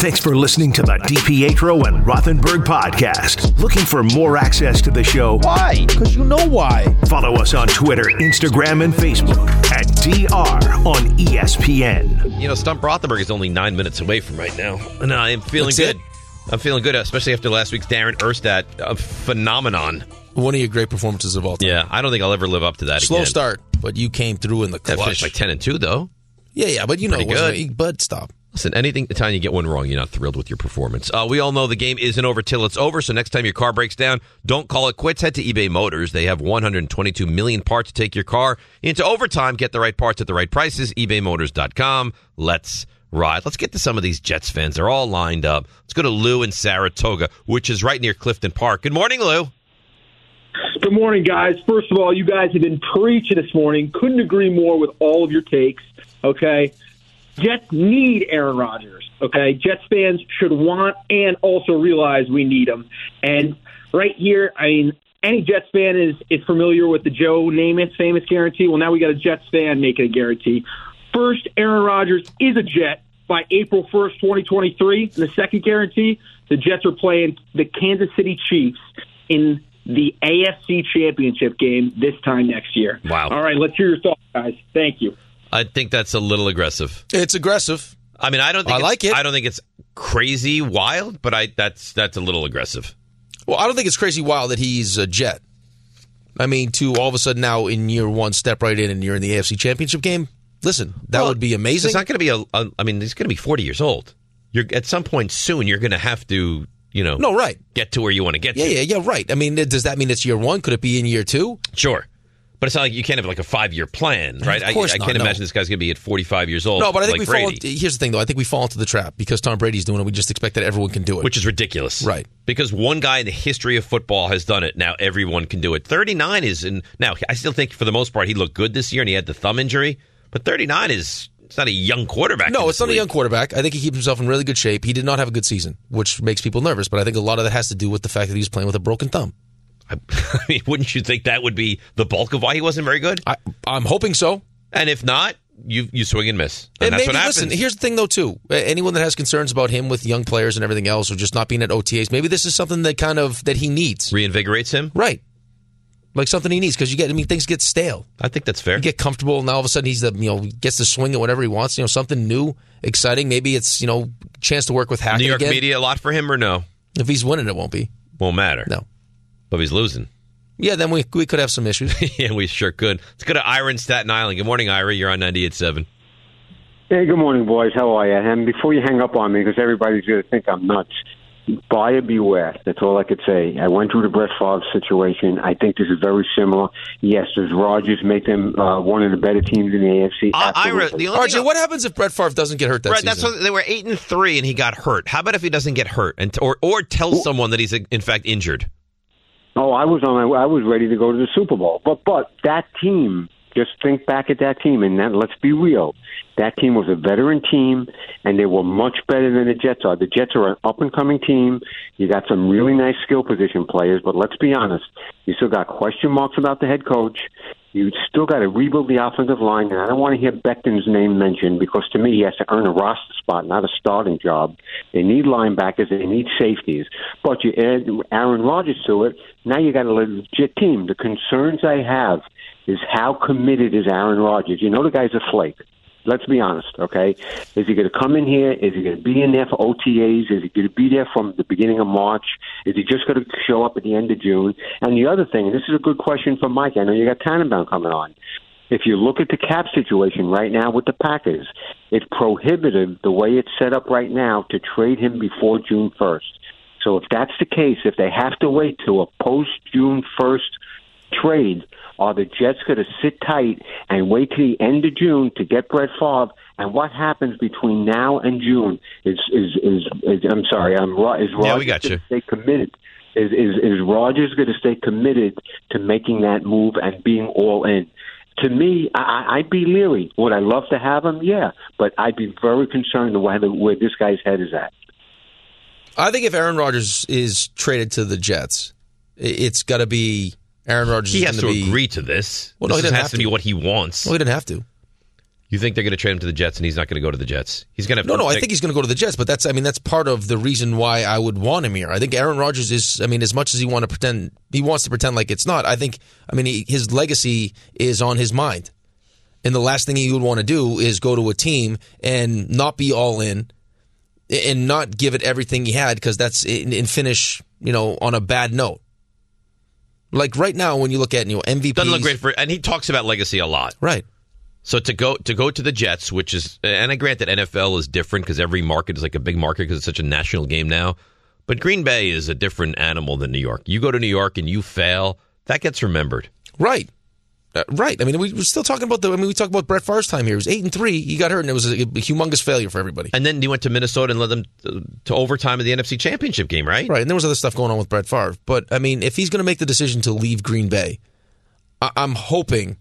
S1: Thanks for listening to the DiPietro and Rothenberg podcast. Looking for more access to the show? Why? Because you know why. Follow us on Twitter, Instagram, and Facebook at DR on E ESPN.
S3: You know, Stump Rothenberg is only nine minutes away from right now, and I am feeling
S2: That's
S3: good.
S2: it.
S3: I'm feeling good, especially after last week's Darren Erstadt a phenomenon.
S2: One of your great performances of all time.
S3: Yeah, I don't think I'll ever live up to that.
S2: Slow
S3: again.
S2: start, but you came through in the
S3: That
S2: clutch.
S3: finished like ten and two, though.
S2: yeah, yeah, but you know, it
S3: Pretty
S2: wasn't
S3: good.
S2: it? but stop.
S3: Listen, anything the time you get one wrong, you're not thrilled with your performance. Uh, we all know the game isn't over till it's over. So next time your car breaks down, don't call it quits. Head to eBay Motors. They have 122 million parts to take your car into overtime. Get the right parts at the right prices. eBayMotors.com. Let's ride. Let's get to some of these Jets fans. They're all lined up. Let's go to Lou in Saratoga, which is right near Clifton Park. Good morning, Lou.
S13: Good morning, guys. First of all, you guys have been preaching this morning. Couldn't agree more with all of your takes. Okay, Jets need Aaron Rodgers. Okay, Jets fans should want and also realize we need him. And right here, I mean, any Jets fan is is familiar with the Joe Namath famous guarantee. Well, now we got a Jets fan making a guarantee. First, Aaron Rodgers is a Jet by April first, twenty twenty three. The second guarantee, the Jets are playing the Kansas City Chiefs in the AFC Championship game this time next year.
S3: Wow.
S13: All right, let's hear your thoughts, guys. Thank you.
S3: I think that's a little aggressive.
S2: It's aggressive.
S3: I mean, I don't. Think
S2: I
S3: it's-
S2: like it.
S3: I don't think it's crazy wild, but I that's that's a little aggressive.
S2: Well, I don't think it's crazy wild that he's a Jet. I mean, to all of a sudden now in year one, step right in and you're in the AFC Championship game. Listen, that would be amazing.
S3: It's not going to be a. a- I mean, he's going to be forty years old. You're at some point soon. You're going to have to, you know,
S2: No, right.
S3: get to where you want to get.
S2: Yeah,
S3: to.
S2: yeah, yeah. Right. I mean, does that mean it's year one? Could it be in year two?
S3: Sure, but it's not like you can't have like a five year plan, right?
S2: Of course
S3: I, I
S2: not,
S3: can't
S2: no.
S3: imagine this guy's going to be at forty five years old.
S2: no, but I think
S3: like
S2: we
S3: Brady,
S2: fall. Here's the thing, though. I think we fall into the trap because Tom Brady's doing it. We just expect that everyone can do it,
S3: which is ridiculous, right? Because one guy in the history of football has done it. Now everyone can do it. Thirty nine is in. Now I still think for the most part he looked good this year, and he had the thumb injury. But thirty nine is it's not a young *laughs* quarterback. in
S2: No,
S3: this
S2: it's not a
S3: league.
S2: young quarterback. I think he keeps himself in really good shape. He did not have a good season, which makes people nervous. But I think a lot of that has to do with the fact that he was playing with a broken thumb.
S3: I mean, wouldn't you think that would be the bulk of why he wasn't very good?
S2: I, I'm hoping so.
S3: And if not, you you swing and miss,
S2: And
S3: and, that's
S2: maybe
S3: what happens.
S2: listen. Here's the thing, though. Too A- anyone that has concerns about him with young players and everything else, or just not being at OTAs, maybe this is something that kind of that he needs
S3: reinvigorates him,
S2: right? Like something he needs because you get. I mean, things get stale.
S3: I think that's fair.
S2: You get comfortable, and now all of a sudden he's the you know gets to swing at whatever he wants. You know, something new, exciting. Maybe it's you know chance to work with Hackett
S3: New York
S2: again.
S3: media a lot for him or no?
S2: If he's winning, it won't be.
S3: Won't matter. No. But if he's losing.
S2: Yeah, then we we could have some issues.
S3: *laughs* yeah, we sure could. Let's go to Ira in Staten Island. Good morning, Ira. You're on 98.7.
S14: Hey, good morning, boys. How are you? And before you hang up on me, because everybody's going to think I'm nuts, buyer beware. That's all I could say. I went through the Brett Favre situation. I think this is very similar. Yes, does Rodgers make them uh, one of the better teams in the AFC?
S3: Ira, the only
S2: RJ,
S3: thing
S2: what happens if Brett Favre doesn't get hurt that
S3: Brett,
S2: season?
S3: that's what they were eight and three, and he got hurt. How about if he doesn't get hurt, and or or tells someone that he's in fact injured?
S14: Oh, I was on my I was ready to go to the Super Bowl. But but that team, just think back at that team and that, let's be real. That team was a veteran team and they were much better than the Jets are. The Jets are an up and coming team. You got some really nice skill position players, but let's be honest, you still got question marks about the head coach. You still got to rebuild the offensive line, and I don't want to hear Beckton's name mentioned because to me he has to earn a roster spot, not a starting job. They need linebackers, they need safeties, but you add Aaron Rodgers to it. Now you got a legit team. The concerns I have is how committed is Aaron Rodgers? You know the guy's a flake. Let's be honest, okay? Is he going to come in here? Is he going to be in there for OTAs? Is he going to be there from the beginning of March? Is he just going to show up at the end of June? And the other thing, and this is a good question for Mike. I know you got Tannenbaum coming on. If you look at the cap situation right now with the Packers, it's prohibitive the way it's set up right now to trade him before June 1st. So if that's the case, if they have to wait to a post June 1st trade, are the Jets going to sit tight and wait till the end of June to get Brett Favre? And what happens between now and June is is is, is I'm sorry, I'm Ro- is Rogers
S3: Yeah, we got
S14: gonna
S3: you.
S14: stay committed? Is is is Rogers going to stay committed to making that move and being all in? To me, I, I- I'd be leery. Would I love to have him? Yeah, but I'd be very concerned where the, where this guy's head is at.
S2: I think if Aaron Rodgers is traded to the Jets, i- it's got to be Aaron Rodgers.
S3: He
S2: is
S3: has to
S2: gonna be-
S3: agree to this.
S2: Well, no, he
S3: this
S2: doesn't
S3: has
S2: have
S3: to
S2: to.
S3: be what he wants.
S2: Well, he didn't have to.
S3: You think they're going to trade him to the Jets, and he's not going to go to the Jets? He's going to have
S2: No, no, I think he's going to go to the Jets, but that's I mean that's part of the reason why I would want him here. I think Aaron Rodgers is I mean as much as he want to pretend he wants to pretend like it's not. I think I mean he, his legacy is on his mind. And the last thing he would want to do is go to a team and not be all in and not give it everything he had because that's and and finish, you know, on a bad note. Like right now when you look at you know MVP
S3: doesn't look great for. And he talks about legacy a lot,
S2: right?
S3: So to go to go to the Jets, which is, and I grant that NFL is different because every market is like a big market because it's such a national game now. But Green Bay is a different animal than New York. You go to New York and you fail, that gets remembered.
S2: Right. Uh, right. I mean, we, we're still talking about the. I mean, we talked about Brett Favre's time here. He was eight and three. He got hurt, and it was a, humongous failure for everybody.
S3: And then he went to Minnesota and led them to, to overtime of the NFC Championship game, right?
S2: Right. And there was other stuff going on with Brett Favre. But I mean, if he's going to make the decision to leave Green Bay, I, I'm hoping,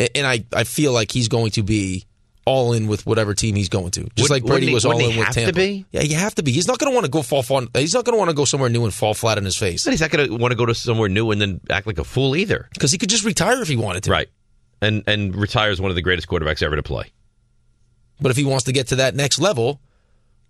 S2: a- and I, I feel like he's going to be all in with whatever team he's going to. Just
S3: Wouldn't-
S2: like Brady
S3: wouldn't he-
S2: was all
S3: wouldn't
S2: in
S3: he
S2: with
S3: have to
S2: Tampa.
S3: be?
S2: Yeah, you have to be. He's not going to want to go fall. fall he's not going to want to go somewhere new and fall flat on his face.
S3: But he's not going to want to go to somewhere new and then act like a fool either.
S2: Because he could just retire if he wanted to.
S3: Right. And and retire as one of the greatest quarterbacks ever to play.
S2: But if he wants to get to that next level,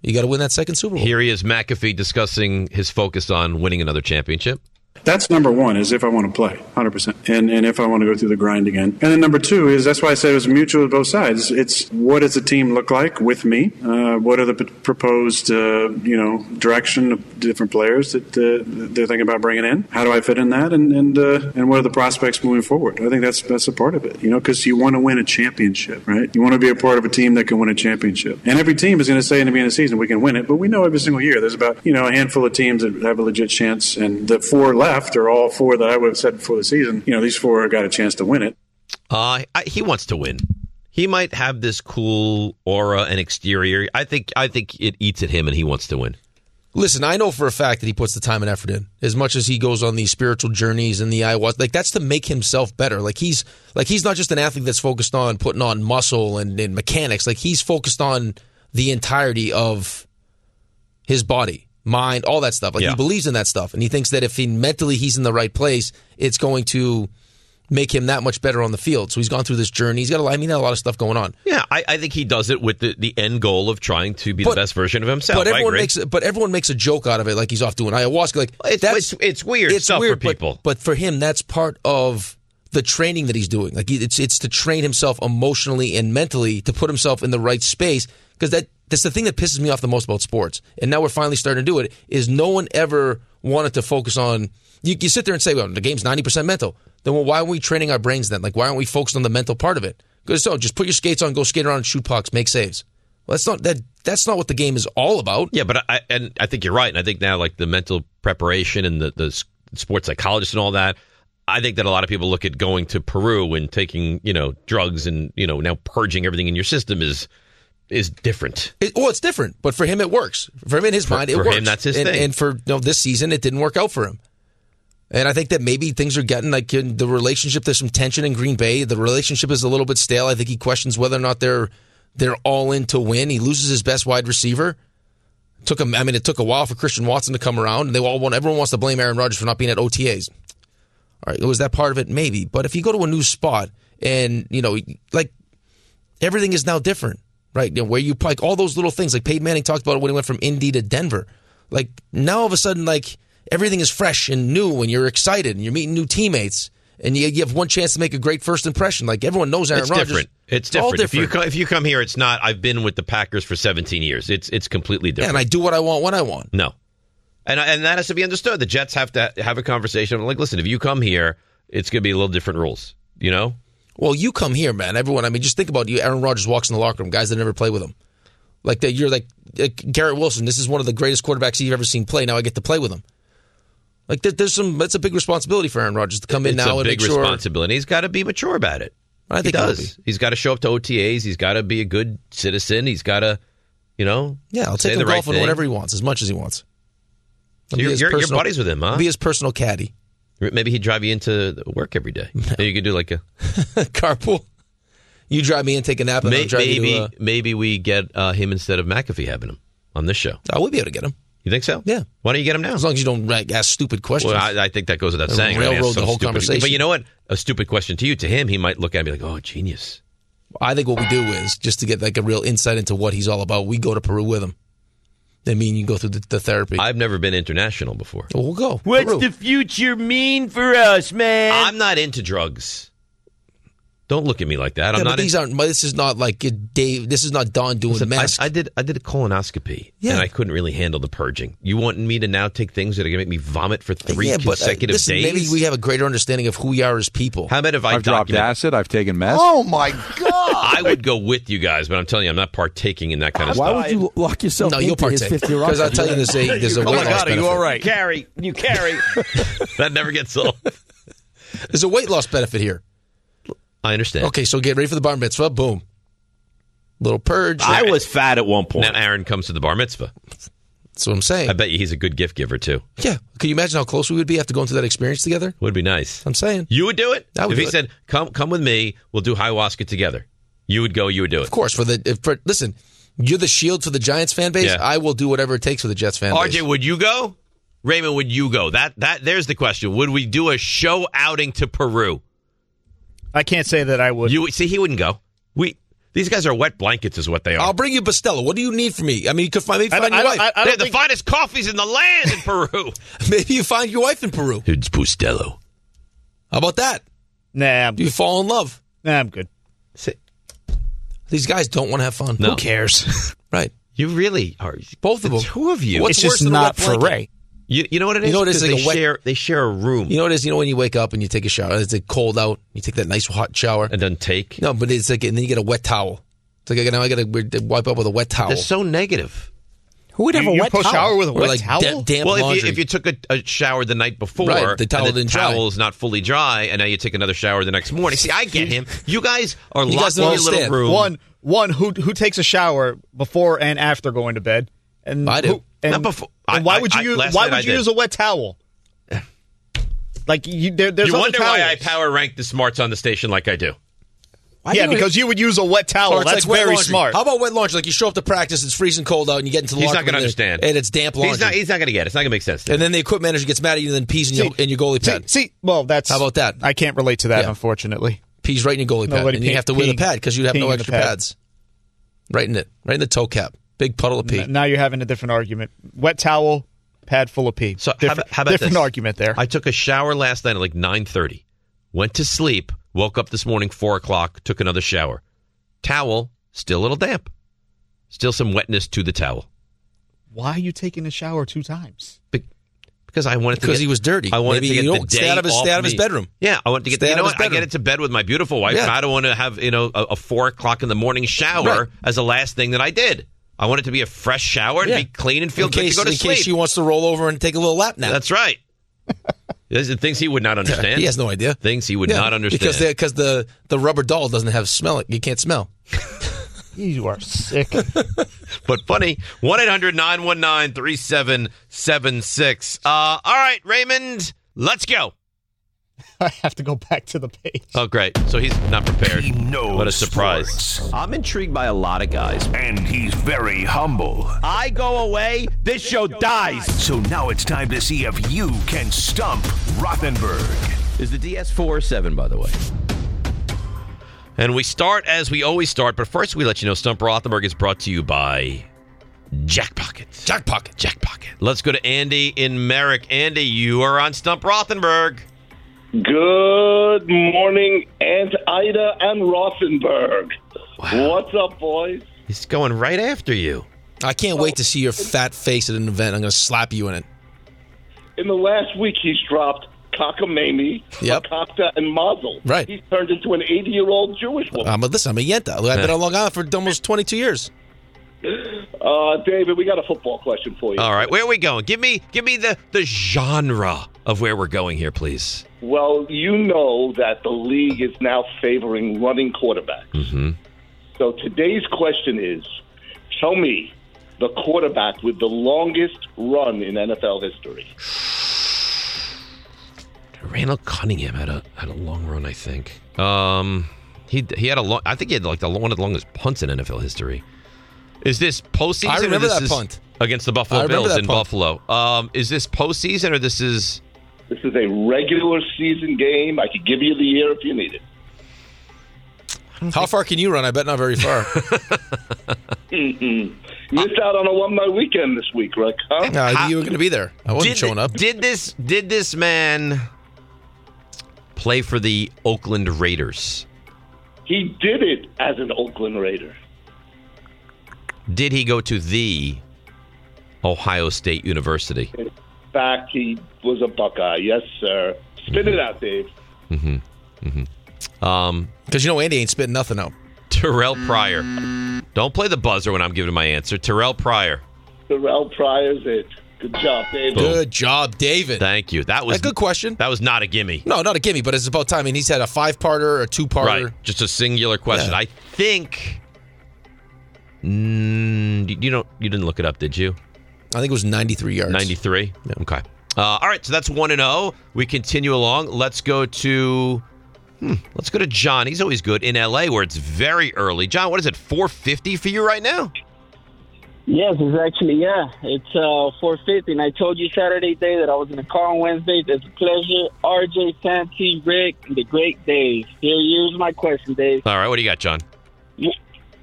S2: you got to win that second Super Bowl.
S3: Here he is, McAfee, discussing his focus on winning another championship.
S12: That's number one is if I want to play, 100%. And, and if I want to go through the grind again. And then number two is that's why I said it was mutual with both sides. It's what does the team look like with me? Uh, what are the p- proposed, uh, you know, direction of different players that uh, they're thinking about bringing in? How do I fit in that? And and, uh, and what are the prospects moving forward? I think that's that's a part of it, you know, because you want to win a championship, right? You want to be a part of a team that can win a championship. And every team is going to say in the beginning of the season, we can win it, but we know every single year there's about, you know, a handful of teams that have a legit chance. And the four left are all four that I would have said before the season, you know, these four got a chance to win it.
S3: Uh, I, he wants to win. He might have this cool aura and exterior. I think I think it eats at him, and he wants to win.
S2: Listen, I know for a fact that he puts the time and effort in. As much as he goes on these spiritual journeys and the ayahuasca, like that's to make himself better. Like he's like he's not just an athlete that's focused on putting on muscle and, and mechanics. Like he's focused on the entirety of his body, mind, all that stuff. Like he believes in that stuff, and he thinks that if he mentally he's in the right place, it's going to make him that much better on the field. So he's gone through this journey. He's got, a, I mean, a lot of stuff going on.
S3: Yeah, I, I think he does it with the, the end goal of trying to be the best version of himself.
S2: But
S3: I
S2: everyone
S3: agree.
S2: makes but everyone makes a joke out of it, like he's off doing ayahuasca. Like that's
S3: it's, weird stuff for
S2: but-
S3: people.
S2: but, for him, that's part of the training that he's doing. Like he- it's it's to train himself emotionally and mentally to put himself in the right space because that that's the thing that pisses me off the most about sports. And now we're finally starting to do it. Is no one ever wanted to focus on. You, you sit there and say, well, the game's 90% mental. Then well, why aren't we training our brains then? Like, why aren't we focused on the mental part of it? Because so, just put your skates on, go skate around, shoot pucks, make saves. Well, that's not that. That's not what the game is all about.
S3: Yeah, but I and I think you're right, and I think now like the mental preparation and the the s- sports psychologist and all that. I think that a lot of people look at going to Peru and taking you know drugs and you know now purging everything in your system is is different.
S2: It, well, it's different, but for him, it works. For him, in his
S3: For-
S2: mind, it
S3: for him,
S2: works.
S3: that's his
S2: and,
S3: thing.
S2: And for no, this season, it didn't work out for him. And I think that maybe things are getting like in the relationship. There's some tension in Green Bay. The relationship is a little bit stale. I think he questions whether or not they're they're all in to win. He loses his best wide receiver. Took him. I mean, it took a while for Christian Watson to come around. And they all want. Everyone wants to blame Aaron Rodgers for not being at OTAs. All right, was that part of it? Maybe. But if you go to a new spot and you know, like everything is now different, right? You know, where you like all those little things, like Peyton Manning talked about it when he went from Indy to Denver. Like now, all of a sudden, like everything is fresh and new, and you're excited, and you're meeting new teammates, and you, you have one chance to make a great first impression. Like everyone knows Aaron
S3: it's
S2: Rodgers.
S3: different. It's
S2: all
S3: different. If you come, if you come here, it's not. I've been with the Packers for 17 years. It's it's completely
S2: yeah,
S3: different.
S2: and I do what I want when I want.
S3: No. And and that has to be understood. The Jets have to have a conversation. Like, listen, if you come here, it's going to be a little different rules. You know,
S2: Well, you come here, man. Everyone, I mean, just think about you. Aaron Rodgers walks in the locker room, guys that never play with him. Like that, you're like, like Garrett Wilson. This is one of the greatest quarterbacks you've ever seen play. Now I get to play with him. Like there, there's some. That's a big responsibility for Aaron Rodgers to come in
S3: it's
S2: now
S3: a
S2: and
S3: big
S2: make sure.
S3: responsibility. He's got to be mature about it.
S2: I think
S3: he
S2: he'll
S3: does. He's got to show up to OTAs. He's got to be a good citizen. He's got to, you know,
S2: Yeah, I'll
S3: say
S2: take him
S3: the right
S2: golfing
S3: thing.
S2: whatever he wants, as much as he wants.
S3: So
S2: Be
S3: you're,
S2: his
S3: you're, you're
S2: personal-
S3: buddies with him, huh?
S2: Be his personal caddy. *laughs*
S3: Maybe he'd drive you into work every day. Maybe you could do like a
S2: carpool. You drive me in, take a nap, and
S3: May-
S2: I'll drive
S3: maybe
S2: you to. Uh,
S3: maybe we get uh, him instead of McAfee having him on this show.
S2: I would be able to get him.
S3: You think so?
S2: Yeah.
S3: Why don't you get him now?
S2: As long as you don't like, ask stupid questions.
S3: Well, I, I think that goes without
S2: That
S3: saying. I mean,
S2: railroad
S3: that's some
S2: the whole
S3: stupid-
S2: conversation.
S3: But you know what? A stupid question to you, to him, he might look at me like, "Oh, genius."
S2: I think what we do is just to get like a real insight into what he's all about. We go to Peru with him. Then me and you go through the, the therapy.
S3: I've never been international before.
S2: Well, we'll go.
S10: What's
S2: Peru.
S10: the future mean for us, man?
S3: I'm not into drugs. Don't look at me like that. I'm
S2: yeah,
S3: not.
S2: but these
S3: in-
S2: aren't. This is not like a Dave. This is not Don doing
S3: Listen, I-
S2: masks.
S3: I, did. I did a colonoscopy,
S2: Yeah.
S3: and I couldn't really handle the purging. You want me to now take things that are going to make me vomit for three
S2: yeah, but uh,
S3: consecutive
S2: listen,
S3: days?
S2: maybe we have a greater understanding of who we are as people.
S3: How about if I
S2: I've dropped
S3: document-
S15: acid. I've taken meth.
S16: Oh my
S3: I would go with you guys, but I'm telling you, I'm not partaking in that kind of
S15: Why
S3: stuff.
S15: would you lock yourself
S2: No,
S15: into
S2: you'll
S15: his
S2: partake.
S15: 50 rock?
S2: Because I'll tell you there's
S15: *laughs*
S6: *laughs*
S2: a- there's a
S15: Oh my
S2: weight loss
S15: God, are you
S2: benefit.
S15: all right?
S10: Carry. You
S2: *laughs*
S10: carry.
S3: that never gets old.
S2: There's a weight loss benefit here.
S3: I understand.
S2: Okay, so get ready for the bar mitzvah. Boom. Little purge.
S3: I
S10: was fat at one
S3: Now Aaron comes to the bar mitzvah.
S2: That's what I'm saying.
S3: I bet you he's a good gift giver too.
S2: Yeah. Can you imagine how close we would be after going through that experience together?
S3: Would be nice.
S2: I'm saying.
S3: You would do it
S2: I would
S3: if
S2: do
S3: he
S2: it.
S3: said, "Come, come with me. We'll do ayahuasca together." You would go. You would do it.
S2: Of course, for the if, for, listen, you're the shield for the Giants fan base.
S3: Yeah.
S2: I will do whatever it takes for the Jets fan base.
S3: RJ, would you go? Raymond, would you go? That that there's the question. Would we do a show outing to Peru?
S6: I can't say that I would.
S3: You see, he wouldn't go. We these guys are wet blankets, is what they are.
S2: I'll bring you Bustelo. What do you need from me? I mean, you could find maybe
S3: I
S2: find your
S3: don't- I
S2: wife.
S3: don't- I- I They don't have the think- finest coffees in the land in Peru.
S2: maybe you find your wife in *laughs* Peru.
S3: It's Bustelo.
S2: How about that?
S6: Nah, I'm
S2: you fall in love.
S6: Nah, I'm good.
S2: These guys don't want to have fun.
S3: No.
S2: Who
S3: *laughs*
S2: cares? right.
S3: You really are
S2: both of them.
S3: Two of you.
S2: What's worse than a wet blanket?
S3: You, you know what it is?
S2: You know what it is?
S3: 'Cause
S2: Like
S3: they
S2: a wet-
S3: share they share a room.
S2: You know what it is? You know when you wake up and you take a shower. It's like cold out. You take that nice hot shower.
S3: It doesn't take.
S2: No, but it's like, and then you get a wet towel. It's like now I got to wipe up with a wet towel.
S3: They're so negative.
S2: Who would
S6: You- you go shower with a
S2: Or
S6: wet
S2: like
S6: towel?
S2: da- damp
S3: well, if
S2: laundry.
S3: you, if you took a, a shower the night before,
S2: Right, the
S3: and
S2: towel didn't dry.
S3: towel's not fully dry, and now you take another shower the next morning. See,
S2: *laughs*
S3: I get him. You guys are
S6: You
S3: locked
S6: guys
S3: in
S6: don't
S3: your little
S6: understand.
S3: room.
S6: One, one who who takes a shower before and after going to bed, and
S3: I do.
S6: who- and,
S3: Not before-
S6: and
S3: I-
S6: why
S3: I-
S6: would you
S3: I-
S6: use,
S3: last
S6: why
S3: night
S6: would
S3: I
S6: you
S3: did.
S6: use a wet towel? Like you, there, there's
S3: you
S6: other
S3: wonder why I
S6: towels.
S3: power rank the smarts on the station like I do.
S6: yeah, because you would use a wet towel.
S2: Or it's
S6: That's
S2: like wet
S6: very
S2: laundry.
S6: smart.
S2: How about wet laundry? Like you show up to practice, it's freezing cold out, and you get into the
S3: He's
S2: locker
S3: not going to
S2: room and-
S3: understand,
S2: and it's damp laundry.
S3: He's not. He's not going to get. it. It's not going to make sense. To him.
S2: and then the equipment manager gets mad at you, and then pees in your, in your goalie
S6: see,
S2: pad.
S6: see, well, that's
S2: How about that?
S6: I can't relate to that,
S2: Yeah.
S6: unfortunately.
S2: Pees right in your goalie pad,
S6: Nobody
S2: and you
S6: pee-
S2: have to wear the
S6: peeing-
S2: pad because you'd have
S6: peeing
S2: no
S6: in the
S2: extra
S6: pad.
S2: pads. Right in it, right in the toe cap. Big puddle of pee.
S6: N- Now you're having a different argument. Wet towel, pad full of pee.
S3: So how
S6: different,
S3: about, how about
S6: different
S3: this?
S6: argument there.
S3: I took a shower last night at like nine thirty. Went to sleep. Woke up this morning four o'clock. Took another shower. Towel still a little damp. Still some wetness to the towel.
S6: why are you taking a shower two times?
S3: because I wanted to
S2: Because
S3: get-
S2: he was dirty.
S3: I wanted
S2: Maybe
S3: to get
S2: you
S3: the
S2: don't-
S3: day
S2: stay out of his-
S3: off
S2: stay out of his
S3: me.
S2: bedroom.
S3: Yeah, I want to get
S2: Stay
S3: the, you
S2: out
S3: know
S2: of his
S3: what? I
S2: bedroom.
S3: get into bed with my beautiful wife.
S2: Yeah.
S3: And I don't want to have you know a, a four o'clock in the morning shower
S2: Right.
S3: as the last thing that I did. I want it to be a fresh shower and
S2: Yeah.
S3: be clean and feel
S2: in
S3: good
S2: case,
S3: to go to
S2: in
S3: sleep.
S2: case she wants to roll over and take a little lap nap.
S3: That's
S2: *laughs*
S3: right. There's the things he would not understand.
S2: He has no idea.
S3: Things he would
S2: Yeah,
S3: not understand.
S2: because the, because the the rubber doll doesn't have smell. You can't smell.
S6: *laughs* You are sick.
S3: but funny. 1 800 919 3776. Uh, All right, Raymond, let's go.
S6: *laughs* I have to go back to the page.
S3: Oh, great. So he's not prepared.
S1: He knows
S3: What a surprise.
S10: I'm intrigued by a lot of guys.
S1: And he's very humble.
S10: I go away, this show dies.
S1: So now it's time to see if you can stump Rothenberg.
S10: Is the DS4 7, by the way?
S3: And we start as we always start, but first we let you know Stump Rothenberg is brought to you by Jackpocket. Jackpocket. Jackpocket. Let's go to Andy in Merrick. Andy, you are on Stump Rothenberg.
S15: Good morning, Aunt Ida and Rothenberg. What's up, boys?
S3: He's going right after you.
S2: I can't wait to see your fat face at an event. I'm going to slap you in it.
S15: In the last week, he's dropped cockamamie,
S2: Yep.
S15: fakakta, and mazel.
S2: Right.
S15: He's turned into an 80-year-old Jewish woman.
S2: I'm a, listen, I'm a Yenta. I've been
S3: Yeah.
S2: on Long Island for almost 22 years.
S15: Uh, David, we got a football question for you.
S3: All right, where are we going? Give me give me the, the genre of where we're going here, please.
S15: Well, you know that the league is now favoring running quarterbacks.
S3: Mm-hmm.
S15: So today's question is, tell me the quarterback with the longest run in NFL history.
S3: Randall Cunningham had a had a long run, I think. Um, he he had a long. I think he had like the one of the longest punts in NFL history. Is this postseason?
S2: I
S3: or
S2: remember
S3: this
S2: that
S3: is
S2: punt.
S3: against the
S2: I
S3: Buffalo
S2: remember
S3: Bills
S2: that
S3: in
S2: punt.
S3: Buffalo. Um, is this postseason or this is?
S15: This is a regular season game. I could give you the year if you need it.
S2: How far can you run? I bet not very
S3: *laughs*
S2: far.
S15: Mm-mm. Missed out on alumni weekend this week, Rick, huh?
S2: No, you were going to be there. I wasn't
S3: did,
S2: showing up.
S3: Did this did this man play for the Oakland Raiders?
S15: He did it as an Oakland Raider.
S3: Did he go to the Ohio State University?
S15: In fact, he was a Buckeye. Yes, sir. Spit it out, Dave.
S3: Mm-hmm. Mm-hmm. Um,
S2: Because you know Andy ain't spitting nothing out.
S3: Terrell Pryor. Don't play the buzzer when I'm giving my answer. Terrell Pryor.
S15: Terrell Pryor's it. Good job, Dave.
S2: Good job, David.
S3: Thank you. That was
S2: a good question.
S3: That was not a gimme.
S2: No, not a gimme, but it's about time. And he's had a five-parter, a two-parter.
S3: Right. Just a singular question. I think. Mm, you- you don't. You didn't look it up, did you?
S2: I think it was 93 yards.
S3: 93. Okay. Uh, all right. So that's one and zero. We continue along. Let's go to. Hmm, let's go to John. He's always good in L.A. where it's very early. John, what is it? 4:50 for you right now?
S17: Yes, it's actually yeah. It's uh, 4:50, and I told you Saturday day that I was in the car on Wednesday. It's a pleasure, RJ, Santi, Rick, and the great Dave. Here, here's my question, Dave.
S3: All right. What do you got, John?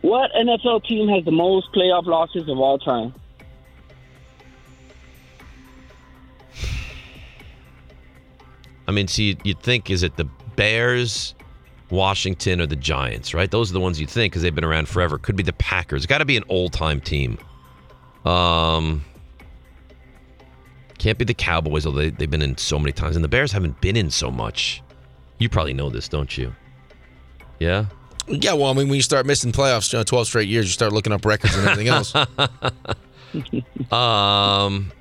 S17: What NFL team has the most playoff losses of all time?
S3: I mean, so you, you'd think, is it the Bears, Washington, or the Giants, right? Those are the ones you'd think because they've been around forever. Could be the Packers. It's got to be an old time team. Um, can't be the Cowboys, although they, they've been in so many times. And the Bears haven't been in so much. You probably know this, don't you? Yeah?
S2: Yeah, well, I mean, when you start missing playoffs, you know, 12 straight years, you start looking up records and everything
S3: *laughs*
S2: else.
S3: um,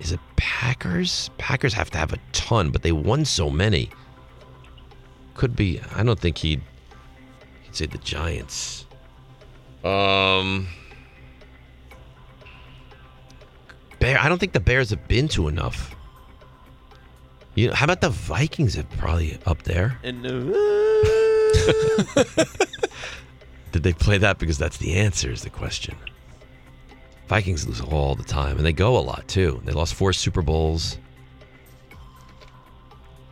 S3: is it Packers? Packers have to have a ton, but they won so many. Could be. I don't think he'd. He'd say the Giants. Um, Bear. I don't think the Bears have been to enough. You know, how about the Vikings? Have probably up there. *laughs* Did they play that because that's the answer is the question. Vikings lose all the time, and they go a lot too. They lost four Super Bowls.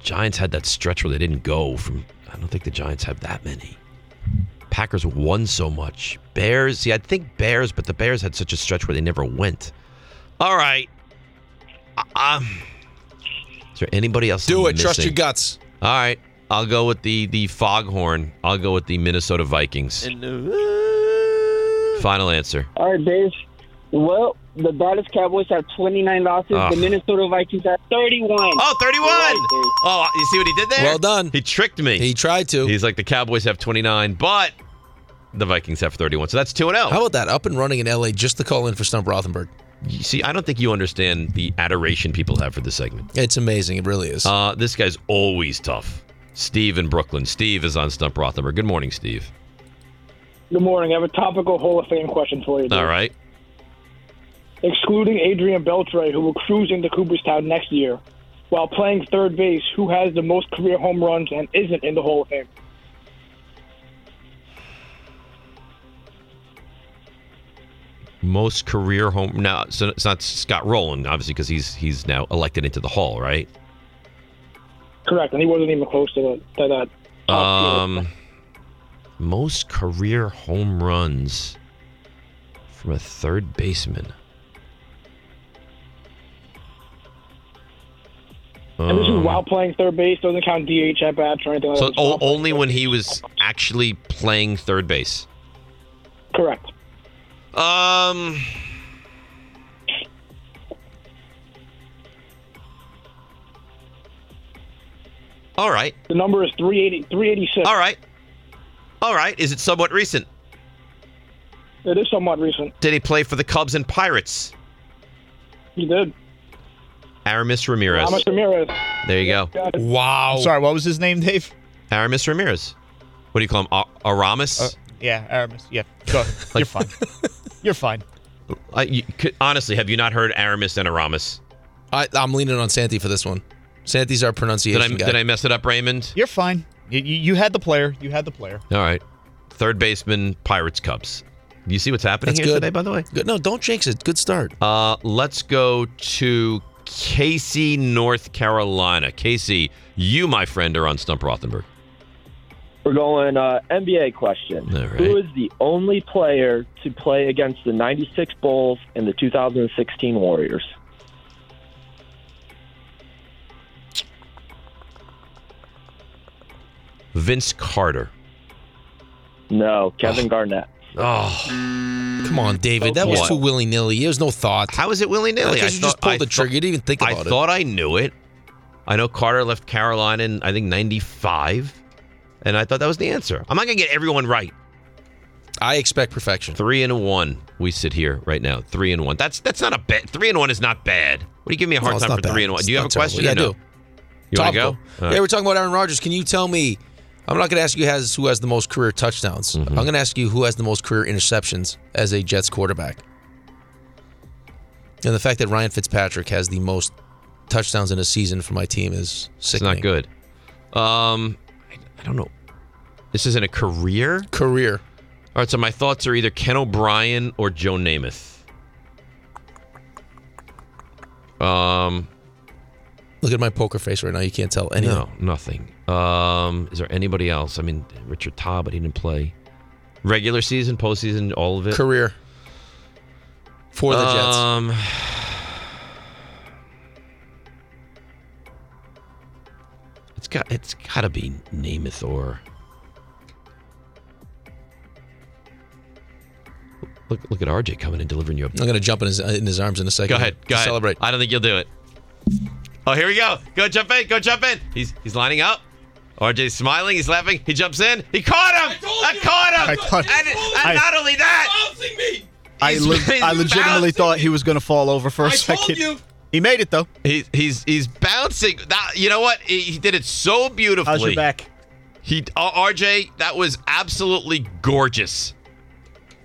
S3: Giants had that stretch where they didn't go from. I don't think the Giants have that many. Packers won so much. Bears, see, I think Bears, but the Bears had such a stretch where they never went. All right. Um, is there anybody else?
S2: Do
S3: I'm
S2: it. Trust
S3: missing?
S2: your guts.
S3: All right, I'll go with the the Foghorn. I'll go with the Minnesota Vikings. Final answer.
S17: All right, Dave. Well, The Dallas Cowboys have 29 losses.
S3: Ah.
S17: The Minnesota Vikings have 31.
S3: Oh, 31. Oh, you see what he did there? Well done. He tricked me. He
S2: tried to.
S3: He's like the Cowboys have 29, but the Vikings have 31. So that's 2 and oh. 0.
S2: How about that? Up and running in LA just to call in for Stump Rothenberg.
S3: You see, I don't think you understand the adoration people have for this segment.
S2: It's amazing. It really is.
S3: Uh, this guy's always tough. Steve in Brooklyn. Steve is on Stump Rothenberg. Good morning, Steve.
S18: Good morning. I have a topical Hall of Fame question for you.
S3: All right.
S18: Excluding Adrian Beltre, who will cruise into Cooperstown next year, while playing third base, who has the most career home runs and isn't in the Hall of Fame?
S3: Most career home. Now, so it's not Scott Rowland, obviously, because he's he's now elected into the Hall, right?
S18: Correct, and he wasn't even close to that. To that.
S3: Um, most career home runs from a third baseman.
S18: and this is
S3: Um,
S18: while playing third base. Doesn't count DH at bats or anything like
S3: so oh,
S18: that.
S3: o- only when he was actually playing third base.
S18: Correct.
S3: oh. Um. All right.
S18: The number is 380, 386.
S3: All right. All right. Is it somewhat recent?
S18: It is somewhat recent.
S3: Did he play for the Cubs and Pirates?
S18: He did.
S3: Aramis Ramirez.
S18: Thomas Ramirez.
S3: There you go.
S18: Got it.
S3: Wow.
S6: I'm sorry, what was his name, Dave?
S3: Aramis Ramirez. What do you call him? Ar- Aramis?
S6: *laughs* Uh, yeah, Aramis. Yeah, go.
S3: *laughs*
S6: ahead. You're fine. You're fine.
S3: I, you, could, honestly, have you not heard Aramis and Aramis?
S2: I, I'm leaning on Santi for this one. Santi's our pronunciation
S3: Did I,
S2: guy.
S3: did I mess it up, Raymond?
S6: You're fine. You, you, you had the player. You had the player.
S3: All right. Third baseman, Pirates, Cubs. You see what's happening
S2: That's
S3: here
S2: good.
S3: today, by the way?
S2: Good. No, don't jinx it. Good start.
S3: Uh, let's go to Casey, North Carolina. Casey, you, my friend, are on Stump Rothenberg.
S19: We're going uh, NBA question.
S3: All right.
S19: Who is the only player to play against the 96 Bulls and the 2016 Warriors?
S3: Vince Carter.
S19: No, Kevin Garnett.
S3: Oh,
S2: come on, David. That was
S3: What?
S2: too willy nilly. There's no thought.
S3: How is it willy nilly?
S2: Because you just pulled the trigger. You didn't even think
S3: I
S2: about it.
S3: thought I knew it. I know Carter left Carolina in, I think, 95, and I thought that was the answer. I'm not going to get everyone right.
S2: I expect perfection.
S3: Three and one. We sit here right now. Three and one. That's that's not a bad. Three and one is not bad. What are you giving me a
S2: No,
S3: hard
S2: it's
S3: time
S2: not
S3: for
S2: bad.
S3: three and one?
S2: It's
S3: Do you have a
S2: not terrible.
S3: question?
S2: Yeah,
S3: or
S2: I
S3: no?
S2: do.
S3: You want to go?
S2: Topical.
S3: All
S2: Yeah,
S3: right.
S2: we're talking about Aaron Rodgers. Can you tell me? I'm not going to ask you has who has the most career touchdowns.
S3: Mm-hmm.
S2: I'm going to ask you who has the most career interceptions as a Jets quarterback. And the fact that Ryan Fitzpatrick has the most touchdowns in a season for my team is sickening.
S3: Not good. Um, I, I don't know. This isn't a career.
S2: Career.
S3: All right. So my thoughts are either Ken O'Brien or Joe Namath. Um,
S2: Look at my poker face right now. You can't tell anything.
S3: No, nothing. Um, is there anybody else? I mean, Richard Todd, but he didn't play. Regular season, postseason, all of it.
S2: Career for the Jets.
S3: um, It's got. It's got to be Namath or. Look! Look at RJ coming and delivering you a.
S2: I'm going to jump in his uh, in his arms in a second.
S3: Go ahead.
S2: to
S3: Go ahead.
S2: Celebrate.
S3: I don't think you'll do it. Oh, here we go. Go jump in. Go jump in. He's he's lining up. RJ's smiling. He's laughing. He jumps in. He caught him. I, caught him.
S20: I thought-
S3: and and
S20: I-
S3: not only that,
S6: I,
S3: He's-
S6: le-
S3: he's
S6: I legitimately
S3: bouncing.
S6: thought he was going to fall over for a second. He made it though.
S3: He, he's he's bouncing. That, you know what? He, he did it so beautifully.
S6: How's your back?
S3: He uh, RJ, that was absolutely gorgeous.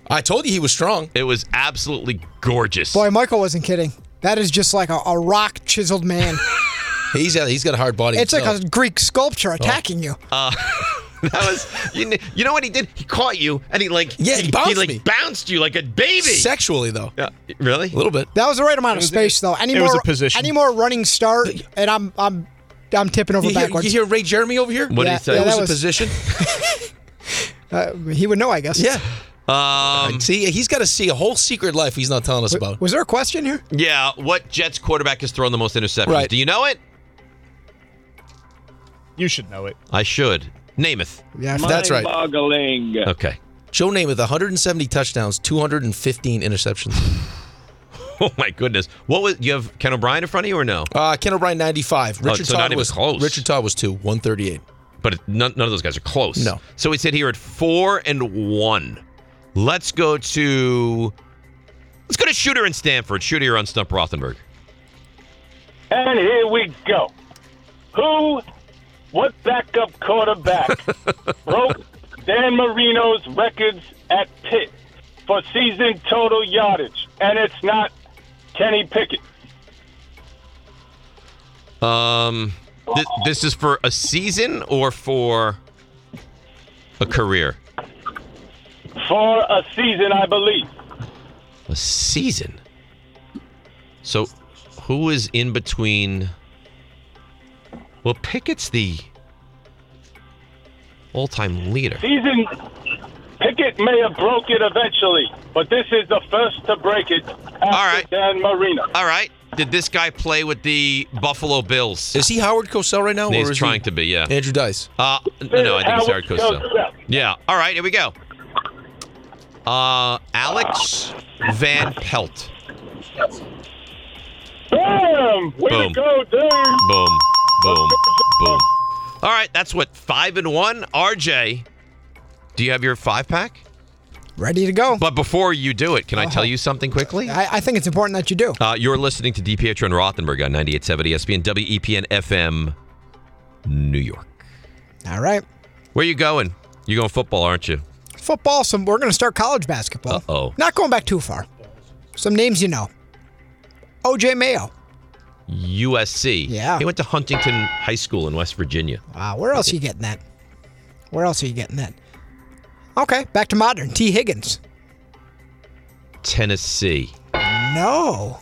S2: I told you he was strong.
S3: It was absolutely gorgeous.
S21: Boy, Michael wasn't kidding. That is just like a, a rock chiseled
S2: *laughs*
S21: man.
S2: He's got he's got a hard body.
S21: it's like
S2: himself.
S21: a Greek sculpture attacking you.
S3: Uh, *laughs* that was you, kn- you know what he did? He caught you and he like
S21: Yeah, he
S3: he,
S21: bounced
S3: like
S21: me.
S3: bounced you like a baby.
S2: Sexually though.
S3: Yeah, really? A
S2: little bit.
S21: That was the right amount
S2: It
S21: of
S2: was-
S21: space, though. Any
S2: it
S21: more
S2: was a position.
S21: Any more running start, and I'm I'm I'm tipping over
S2: you, hear,
S21: backwards.
S2: you hear Ray Jeremy over here?
S21: What did he Yeah, say? yeah,
S2: That was,
S21: that
S2: a
S21: was-
S2: position.
S21: *laughs* uh, he would know, I guess.
S2: Yeah.
S3: Um,
S2: see, he's got to see a whole secret life he's not telling us about.
S21: Was there a question here?
S3: Yeah, what Jets quarterback has thrown the most interceptions? Do you know it?
S6: You should know it.
S3: I should. Namath.
S21: Yeah,
S2: that's right.
S3: Boggling. Okay. *sighs*
S2: Joe Namath, 170 touchdowns, 215 interceptions.
S3: *laughs* Oh my goodness! What was? Do you have Ken O'Brien in front of you or no?
S2: Uh, Ken O'Brien, 95.
S3: Oh,
S2: Richard
S3: so not
S2: Todd
S3: even
S2: was
S3: close.
S2: Richard Todd was two, 138.
S3: But it- none, none of those guys are close.
S2: No.
S3: So we sit here at four and one. Let's go to. Let's go to Shooter in Stanford. Shooter, you're on Stump Rothenberg.
S22: *laughs* And here we go. Who, what backup
S3: *laughs*
S22: quarterback broke Dan Marino's records at Pitt for season total yardage? And it's not Kenny Pickett.
S3: Um, thi- this is for a season or for a career?
S22: For a season, I believe.
S3: A season. So, who is in between? Well, Pickett's the all-time leader.
S22: Season, Pickett may have broke it eventually, but this is the first to break it after Dan Marino.
S3: All right. Did this guy play with the Buffalo Bills?
S2: Is he Howard Cosell right now?
S3: He's
S2: or is he
S3: trying to be, yeah.
S2: Andrew Dice.
S3: Uh, no, no, I think it's Howard
S2: Howard
S3: Cosell. Yeah. All right, here we go. Uh, Alex Van Pelt.
S22: Bam! Way
S3: Boom.
S22: to go, dude!
S3: Boom, boom, boom. All right, that's what five and one. RJ, do you have your five pack?
S21: Ready to go. Uh-huh.
S3: But before you do it, can I tell you something quickly?
S21: I, I think it's important that you do.
S3: Uh, you're listening to DPH and Rothenberg on 98.7 ESPN, WEPN FM, New York.
S21: All right.
S3: Where you going? You going football, aren't you?
S21: Football, some we're gonna start college basketball.
S3: Oh,
S21: Not going back too far. Some names you know. OJ Mayo.
S3: USC. Yeah. He went to Huntington High School in West Virginia.
S21: Wow, where else are you getting that? Where else are you getting that? Okay, back to modern. T. Higgins.
S3: Tennessee.
S21: No.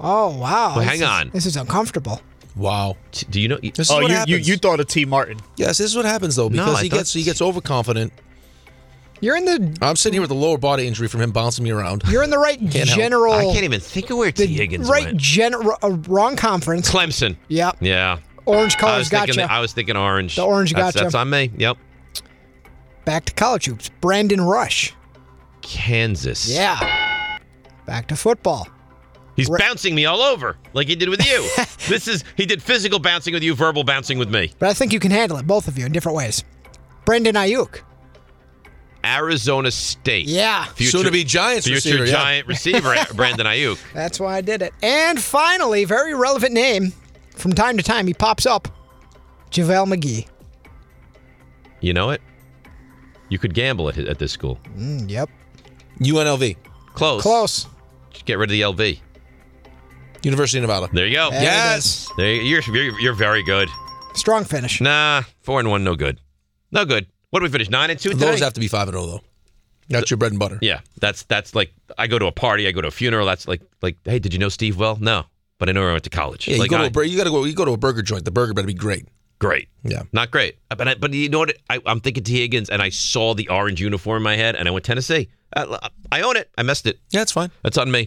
S21: Oh wow.
S3: Well,
S21: This
S3: hang
S21: is-
S3: on.
S21: This is uncomfortable.
S2: Wow.
S3: Do you know?
S2: This is
S21: Oh,
S2: what happens.
S6: thought of T. Martin.
S2: Yes, this is what happens
S6: No,
S2: though because
S6: I
S2: he
S6: thought-
S2: gets he gets overconfident.
S21: You're in the.
S2: I'm sitting here with a lower body injury from him bouncing me around.
S21: You're in the right
S2: Can't help.
S21: general.
S2: I can't
S3: even think of where T. Higgins
S21: right
S3: went.
S21: general. Uh, wrong conference.
S3: Clemson.
S21: Yep.
S3: Yeah.
S21: Orange
S3: I
S21: colors.
S3: was thinking.
S21: Gotcha.
S3: I was thinking orange.
S21: The orange
S3: That's-
S21: gotcha.
S3: That's on me. Yep.
S21: back to college hoops. Brandon Rush.
S3: Kansas.
S21: Yeah. Back to football.
S3: He's bouncing me all over like he did with
S21: *laughs*
S3: you. this is he did physical bouncing with you, verbal bouncing with me.
S21: But I think you can handle it, both of you, in different ways. Brandon Ayuk.
S3: Arizona State.
S21: Yeah.
S2: Soon-to-be Giants
S3: future
S2: receiver, yeah.
S21: *laughs*
S3: Giant receiver Brandon Ayuk.
S21: That's why I did it. And finally, very relevant name. From time to time, he pops up. JaVale McGee.
S3: You know it. You could gamble at at this school.
S21: Mm, yep.
S2: UNLV.
S3: Close.
S21: Close.
S3: Just Get rid of the LV.
S2: University of Nevada.
S3: There you go.
S21: There it Yes.
S3: There, you're, you're you're very good.
S21: Strong finish.
S3: Nah, four and one, no good. No good. What do we finish? Nine and two.
S2: Those
S3: today?
S2: have to be five and zero though. That's your bread and butter.
S3: Yeah, that's that's like I go to a party, I go to a funeral. That's like like hey, did you know Steve well? No, but I know where I went to college.
S2: Yeah, you
S3: like,
S2: go
S3: I-
S2: to a bur- you gotta go you go to a burger joint. The burger better be great.
S3: great.
S2: Yeah.
S3: Not great, Uh, but I, but you know what? I, I'm thinking T Higgins, and I saw the orange uniform in my head, and I went Tennessee. I, I own it. I missed it.
S2: Yeah, it's fine.
S3: That's on me.